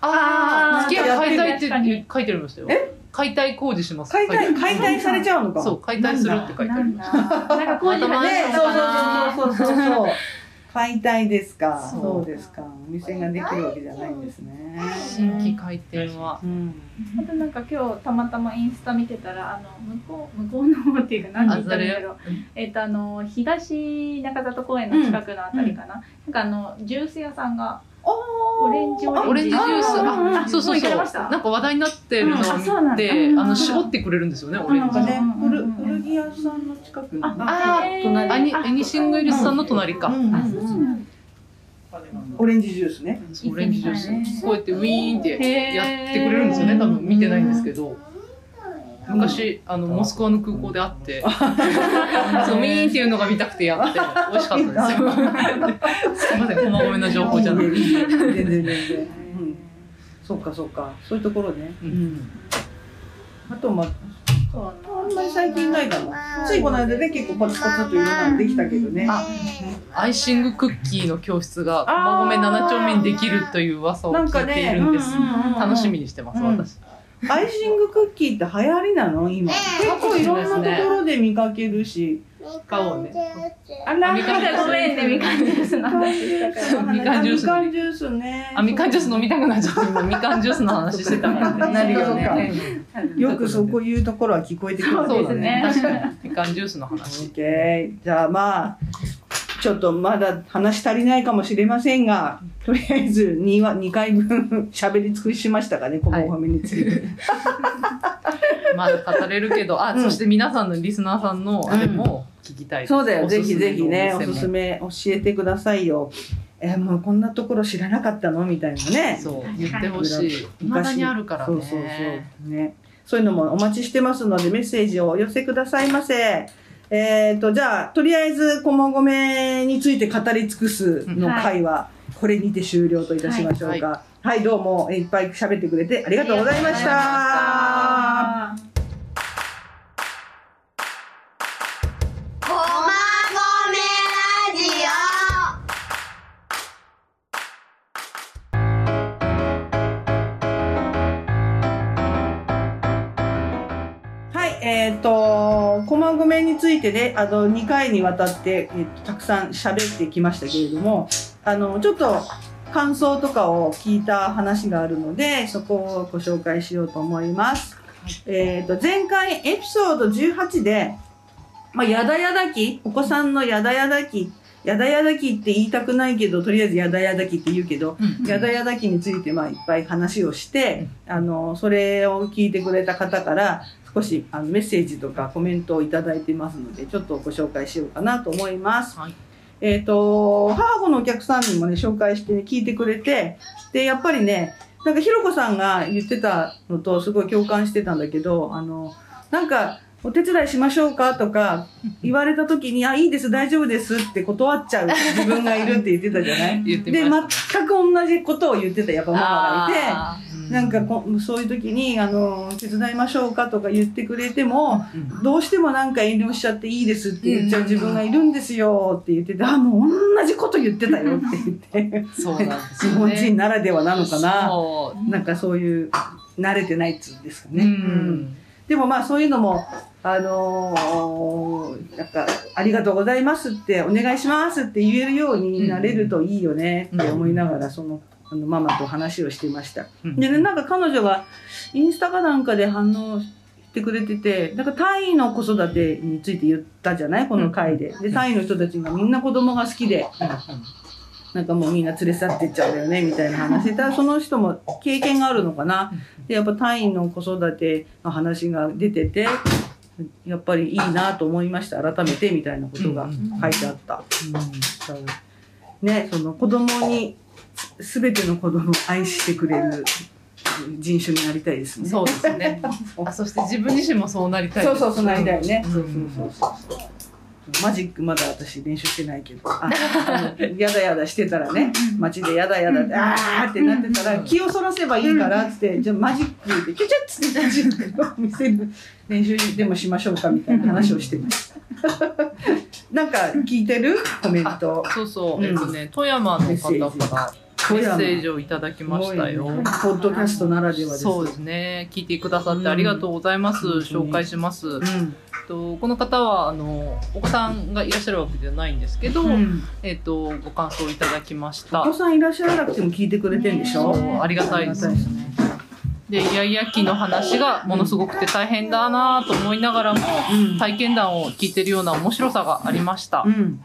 Speaker 2: あ
Speaker 3: あ
Speaker 2: あ、
Speaker 3: ー
Speaker 2: 好きは解体っ
Speaker 3: 確
Speaker 2: て
Speaker 3: かに
Speaker 2: 書いてありましたよ
Speaker 1: え。
Speaker 2: 解体工事します。
Speaker 1: 解体解体されちゃうのか
Speaker 2: そう、解体するって書いてあ
Speaker 3: な
Speaker 2: る。
Speaker 3: んだなんか工事
Speaker 2: 頭
Speaker 1: ね
Speaker 3: 始めたのかな
Speaker 1: そうそうそうそうそう そう解体ですか
Speaker 2: そ
Speaker 1: そううですかお店ができるわけじゃないんですね
Speaker 2: 新規開店は。
Speaker 1: うん
Speaker 3: あとなんか今日たまたまインスタ見てたらあの向こう向こうの方っていうか何て言ったらいいんだろう
Speaker 2: あざれうん
Speaker 3: えっ、とあの東中里公園の近くのあたりかな、なんかあのジュース屋さんがオレンジ
Speaker 2: オレンジジュース、
Speaker 1: あうんうん
Speaker 2: あ、
Speaker 1: うん
Speaker 2: そうそう
Speaker 3: も行かれ
Speaker 2: そう、な
Speaker 3: ました
Speaker 2: んか話題になってるの
Speaker 3: うんあそうな
Speaker 2: を見
Speaker 3: んだ
Speaker 2: て、
Speaker 3: うん
Speaker 2: あの絞ってくれるんですよね、オレ
Speaker 1: なん
Speaker 2: ンジ
Speaker 1: かね
Speaker 3: うん
Speaker 1: 古古着屋さんの近くの
Speaker 2: あ
Speaker 3: へー
Speaker 1: 隣
Speaker 2: アニ、エニシングエリスさんの隣か。
Speaker 1: うん
Speaker 3: あそうなん
Speaker 1: オレンジジュースね
Speaker 2: そうオレンジジュース
Speaker 3: 行ってみたいね、
Speaker 2: こうやってウィーンって
Speaker 3: へー
Speaker 2: やってくれるんですよね、多分見てないんですけど。昔、あの、モスクワの空港で会って、そう、ウィーンっていうのが見たくてやって、美味しかったですよ。すいません、駒込の情報じゃないく
Speaker 1: いね
Speaker 2: て。
Speaker 1: いいね全然全然、うん、そっかそっかそういうところね、
Speaker 2: う
Speaker 1: あとまあ
Speaker 3: そう
Speaker 1: あんまり最近ないかなついこの間で結構パツパツといろんなのできたけどね
Speaker 2: あアイシングクッキーの教室が駒込7丁目にできるという噂を
Speaker 1: なん
Speaker 2: 聞
Speaker 1: か
Speaker 2: いてい
Speaker 1: ね
Speaker 2: るんです。楽し
Speaker 1: み
Speaker 2: みにしてます、
Speaker 1: うん
Speaker 2: 私。
Speaker 1: アイシングクッキーって流行りなの今結構いろんなところで見かけるし
Speaker 2: 顔をね
Speaker 1: あら
Speaker 2: みかんジュース
Speaker 3: ごめんねみかんジュースの話したから
Speaker 2: そうみかんジュース
Speaker 1: みかんジュースね
Speaker 2: あ、みかんジュース飲みたくなっちゃった。今、みかんジュースの話して たからね。
Speaker 1: なるよ
Speaker 2: ね
Speaker 1: ね。よくそうこういうところは聞こえてくる
Speaker 3: そ
Speaker 2: そうう
Speaker 3: で
Speaker 2: だ
Speaker 3: すね。
Speaker 2: ね確かに。みかんジュースの話。
Speaker 1: OK じゃあまあちょっとまだ話足りないかもしれませんがとりあえず 2, は2回分喋り尽くしましたかねこのお褒めについて、
Speaker 2: まあ、語れるけど、あ、
Speaker 1: うん
Speaker 2: そして皆さんのリスナーさんの、あれも聞きたいです。
Speaker 1: そうだよ
Speaker 2: おす
Speaker 1: ぜ
Speaker 2: す
Speaker 1: ひ
Speaker 2: めの
Speaker 1: ぜひねお
Speaker 2: 店も
Speaker 1: すすめ教えてくださいよえーもうこんなところ知らなかったのみたいなね
Speaker 2: そう、言ってほしい。未だにあるからね。
Speaker 1: そうそうそうね。そういうのもお待ちしてますのでメッセージをお寄せくださいませ。えっ、とじゃあとりあえず駒込について語り尽くすの会はこれにて終了といたしましょうか。はい、はい、どうも、えーいっぱい喋ってくれてありがとうございました。
Speaker 5: ごまごめラジオ
Speaker 1: はい、えっ、と、駒込についてね、あの、2回にわたって、えーとたくさん喋ってきましたけれども、あの、ちょっと、感想とかを聞いた話があるので、そこをご紹介しようと思います。えっ、と、前回エピソード18で、まあ、やだやだき、お子さんのやだやだき、やだやだきって言いたくないけど、とりあえずやだやだきって言うけど、やだやだきについてまあいっぱい話をして、あの、それを聞いてくれた方から、少しあのメッセージとかコメントをいただいてますので、ちょっとご紹介しようかなと思います。
Speaker 2: はい
Speaker 1: えっ、と、母子のお客さんにもね、紹介して、聞いてくれて、で、やっぱりね、なんかひろこさんが言ってたのとすごい共感してたんだけど、あの、なんか、お手伝いしましょうかと か言われた時に、あ、いいです、大丈夫ですって断っちゃう自分がいるって言ってたじゃない
Speaker 2: 言って
Speaker 1: で
Speaker 2: ました
Speaker 1: 全く同じことを言ってたやっぱママがい
Speaker 3: あ
Speaker 2: う
Speaker 1: てなんかこうそういう時にあの手伝いましょうかとか言ってくれても
Speaker 2: うん
Speaker 1: どうしてもなんか遠慮しちゃっていいですって言っちゃう自分がいるんですよって言っててあもう同じこと言ってたよって言って
Speaker 2: そうなんです
Speaker 1: 日
Speaker 2: よ
Speaker 1: 本
Speaker 2: ね。
Speaker 1: 人ならではなのかな
Speaker 2: そ
Speaker 1: なんかそういう慣れてないっつうんですか
Speaker 2: う。
Speaker 1: ね。
Speaker 2: う
Speaker 1: うん
Speaker 2: ん。
Speaker 1: でもまあそういうのも、あのーなんか、ありがとうございますって、お願いしますって言えるようになれるといいよねって思いながら、その、あの、ママと話をしてました。
Speaker 2: うん
Speaker 1: でね、なんか彼女が、インスタかなんかで反応してくれてて、なんかタイの子育てについて言ったじゃないこの回で。で、タイの人たちがみんな子供が好きで、なんかもうみんな連れ去ってっちゃうんだよねみたいな話してたらその人も経験があるのかなでやっぱタイの子育ての話が出ててやっぱりいいなと思いました改めてみたいなことが書いてあった、ねその子供にす全ての子供を愛してくれる人種になりたいですね
Speaker 2: そうですね。あ、そして自分自身もそうなりたい。
Speaker 1: そうそうそうなりたいね、
Speaker 2: うん
Speaker 1: そうそうそうそうマジックまだ私練習してないけど ああのやだやだしてたらね街でやだやだってあーってなってたら気をそらせばいいからっつってじゃあマジックでキュチュッつってマジックを見せる練習でもしましょうかみたいな話をしてま したなんか聞いてるコメント
Speaker 2: そうそうう。
Speaker 1: ん
Speaker 2: えっとね、富山の方からメッセージをいただきましたよ。
Speaker 1: ポッドキャストならではです
Speaker 2: そうですね。聞いてくださってありがとうございます。
Speaker 1: うん
Speaker 2: 紹介します。えっ
Speaker 1: うん
Speaker 2: とこの方はあのお子さんがいらっしゃるわけじゃないんですけど、
Speaker 1: うん
Speaker 2: えっとご感想いただきまし
Speaker 1: お
Speaker 2: た
Speaker 1: 子。さんいらっしゃらなくても聞いてくれてんでしょ、
Speaker 2: そうありがたいです
Speaker 1: ありがたい
Speaker 2: ね。でイヤイヤ期の話がものすごくて大変だなと思いながらも、
Speaker 1: うん
Speaker 2: 体験談を聞いてるような面白さがありました。
Speaker 1: うん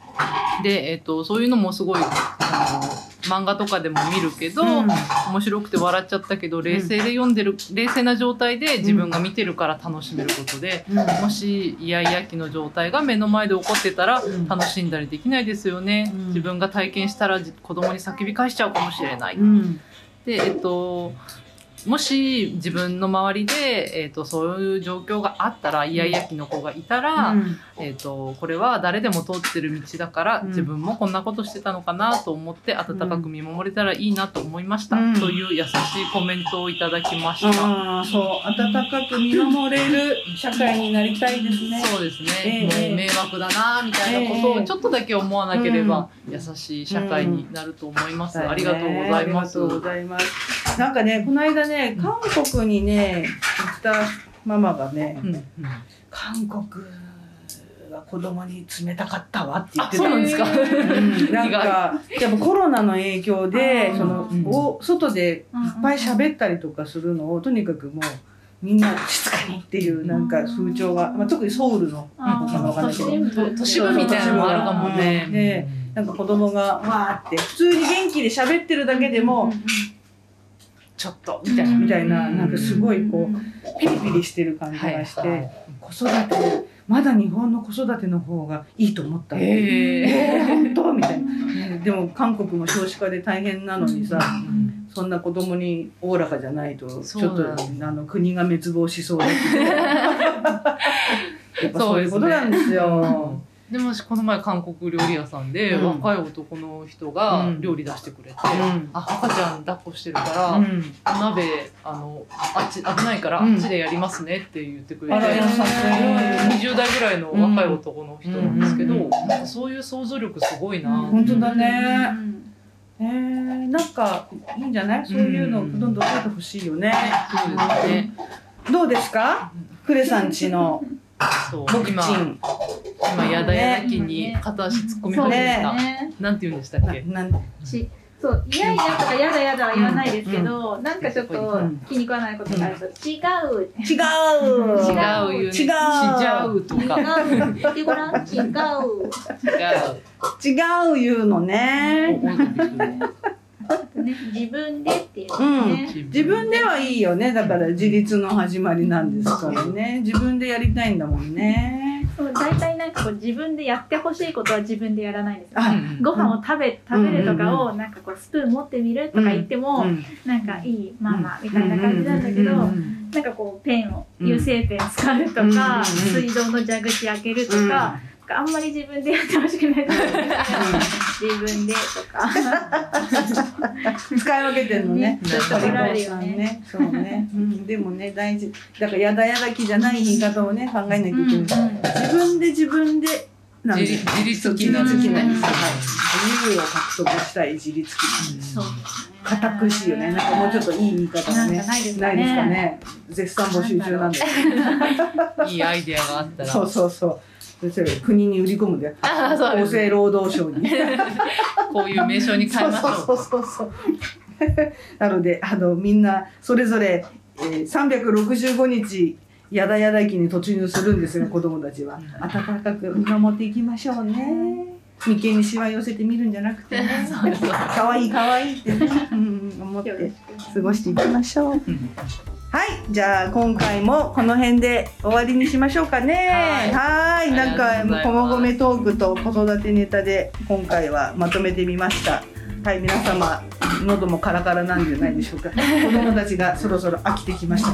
Speaker 2: で、えっとそういうのもすごいあの漫画とかでも見るけど、
Speaker 1: うん
Speaker 2: 面白くて笑っちゃったけど冷静で読んでる、冷静な状態で自分が見てるから楽しめることで、
Speaker 1: うん
Speaker 2: もしイヤイヤ期の状態が目の前で起こってたら
Speaker 1: うん
Speaker 2: 楽しんだりできないですよね、
Speaker 1: うん
Speaker 2: 自分が体験したらじ子供に叫び返しちゃうかもしれない、
Speaker 1: うん
Speaker 2: でえっともし自分の周りで、えっとそういう状況があったらイヤイヤ期の子がいたら、
Speaker 1: うん
Speaker 2: えー、とこれは誰でも通ってる道だから、
Speaker 1: うん
Speaker 2: 自分もこんなことしてたのかなと思って温かく見守れたらいいなと思いました、
Speaker 1: うん
Speaker 2: という優しいコメントをいただきました、
Speaker 1: ああ、そう、温かく見守れる社会になりたいですね。
Speaker 2: そうですね、
Speaker 1: ええ
Speaker 2: もう迷惑だなみたいなこと
Speaker 1: え
Speaker 2: を
Speaker 1: え
Speaker 2: ちょっとだけ思わなければ、優しい社会になると思います、ありがとうございます、
Speaker 1: ありがとうございます。なんかね、この間ね、韓国にね、行ったママがね、
Speaker 2: うんうん
Speaker 1: 韓国は子供に冷たかったわって言っ
Speaker 2: あ
Speaker 1: てた
Speaker 2: そうなんです
Speaker 1: う
Speaker 2: か、
Speaker 1: んなん
Speaker 2: 意外
Speaker 1: か、やっぱコロナの影響で
Speaker 3: う、ん
Speaker 1: その、
Speaker 2: うん
Speaker 1: お外でいっぱい喋ったりとかするのを、とにかくもう、みんな静かにっていうなんか風潮が、まあ、特にソウルの
Speaker 3: あ
Speaker 1: 他のわかんないけど
Speaker 3: ー
Speaker 2: 都市部みたいなのもあるかもね、
Speaker 1: うんねなんか子供がわーって普通に元気で喋ってるだけでも、ちょっとみたいなみたいななんかすごいこうピリピリしてる感じがして、子育てまだ日本の子育ての方がいいと思った、
Speaker 2: ええ
Speaker 1: えー本当みたいな、ねでも韓国も少子化で大変なのにさ、そんな子供におおらかじゃないとち
Speaker 2: そう
Speaker 1: ょっと
Speaker 2: なんだ
Speaker 1: あの国が 滅亡しそうだってやっぱそういうことなんですよ。
Speaker 2: でも私この前韓国料理屋さんで、
Speaker 1: うん
Speaker 2: 若い男の人が料理出してくれて、
Speaker 1: ん
Speaker 2: あ赤ちゃん抱っこしてるから、
Speaker 1: うん
Speaker 2: お鍋あのあっち危ないからあ
Speaker 1: うん
Speaker 2: っちでやりますねって言ってくれ
Speaker 1: あ
Speaker 2: て、
Speaker 1: ら優しい
Speaker 2: 20代ぐらいの若い男の人なんですけど、
Speaker 1: うん
Speaker 2: なんかそういう想像力すごいな、
Speaker 3: うん
Speaker 1: 本当だね
Speaker 3: うん
Speaker 1: えー、なんかいいんじゃないそういうのどんどん増えてほしいよね、
Speaker 2: そうですね
Speaker 1: どうですかクレさんちの
Speaker 2: そう
Speaker 1: ボクチ
Speaker 2: 今
Speaker 1: ン
Speaker 2: 今やだやだ気に片足突っ込み
Speaker 3: そう
Speaker 2: 始
Speaker 3: で
Speaker 2: め
Speaker 3: す
Speaker 2: た、
Speaker 3: ね。
Speaker 2: なんて言うんでしたっけ
Speaker 1: ななん
Speaker 3: しそう嫌いなとか嫌だ嫌だは言わないですけど、なんかちょっと気に食わないことがあると、違う
Speaker 1: 違う
Speaker 3: 違
Speaker 2: 違うよね
Speaker 1: 違う
Speaker 2: しちゃうとか違
Speaker 3: 違う言ってごらん違う
Speaker 2: う
Speaker 1: 違う言うの
Speaker 2: お
Speaker 1: ね、
Speaker 3: ね、自分でっていう
Speaker 1: うん
Speaker 3: ね、
Speaker 1: 自分ではいいよねだから自立の始まりなんですからね自分でやりたいんだもんね
Speaker 3: そう大体なんかこう自分でやってほしいことは自分でやらないんですよ
Speaker 1: あ
Speaker 2: うん
Speaker 3: ご飯を食べ食べるとかをなんかこうスプーン持ってみるとか言っても、
Speaker 1: うん
Speaker 3: なんかいいママみたいな感じなんだけど、
Speaker 1: うん
Speaker 3: なんかこうペンを油性ペン使うとか、水道の蛇口開けるとか、なんかあんまり自分でやってほしくないとか自分でとか。
Speaker 1: 使い分けてるのね
Speaker 3: ちょっと怒られるよね。
Speaker 1: そうね、うん、でもね大事だからやだやだきじゃない言い方をね考えなきゃいけない、自分で自分でなんで
Speaker 2: 自立自立的な
Speaker 1: 自立的な
Speaker 2: う
Speaker 1: は
Speaker 2: ん
Speaker 1: い自由を獲得したい自立期
Speaker 3: そうですね。
Speaker 1: 堅苦しいよねなんかもうちょっといい言い方が
Speaker 3: なん
Speaker 1: ね
Speaker 3: かないですか
Speaker 1: ないですか
Speaker 3: ね。
Speaker 1: ね絶賛募集中なんで
Speaker 2: いいアイデアがあったら
Speaker 1: そうそうそうそれ国に売り込むんだよ
Speaker 2: あーそうで
Speaker 1: 厚
Speaker 2: す
Speaker 1: 生労働省に
Speaker 2: こういう名称に変
Speaker 1: そ
Speaker 2: え
Speaker 1: う
Speaker 2: ましょう
Speaker 1: そうそうそう。 なのであのみんなそれぞれ、えー、365日やだやだ期に突入するんです よ子供たちは
Speaker 2: うん。
Speaker 1: 温かく見守っていきましょうね。眉間にしわ寄せて見るんじゃなくてね。
Speaker 2: そうそう
Speaker 1: 可愛い可愛いってね、うん、思っ
Speaker 3: よろしてくお願いします
Speaker 1: 過ごしていきましょう。はい
Speaker 2: ん、
Speaker 1: じゃあ今回もこの辺で終わりにしましょうかね。はい、
Speaker 2: い
Speaker 1: なんか
Speaker 2: ありがと
Speaker 1: こ
Speaker 2: うござい
Speaker 1: も
Speaker 2: ます
Speaker 1: ごめトークと子育てネタで今回はまとめてみました。はい、皆様喉もカラカラなんじゃないで しょうか。子供たちがそろそろ飽きてきました。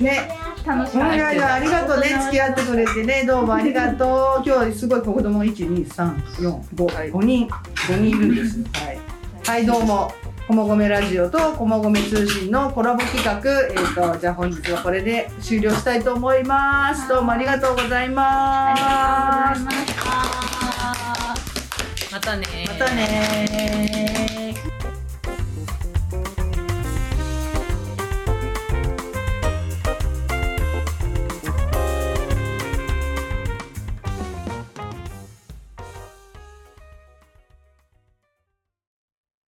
Speaker 1: ね。
Speaker 3: 楽し
Speaker 1: お
Speaker 3: かった
Speaker 1: 願いだありがとうね付き合ってくれてねどうもありがとう今日すごい子供一二三四五五人五人いるんですはいはいどうもこもごめラジオとこもごめ通信のコラボ企画えっ、とじゃあ本日はこれで終了したいと思いますどうもありがとうござい
Speaker 3: あ
Speaker 1: ます
Speaker 3: りがとうございます。
Speaker 2: またね
Speaker 1: またね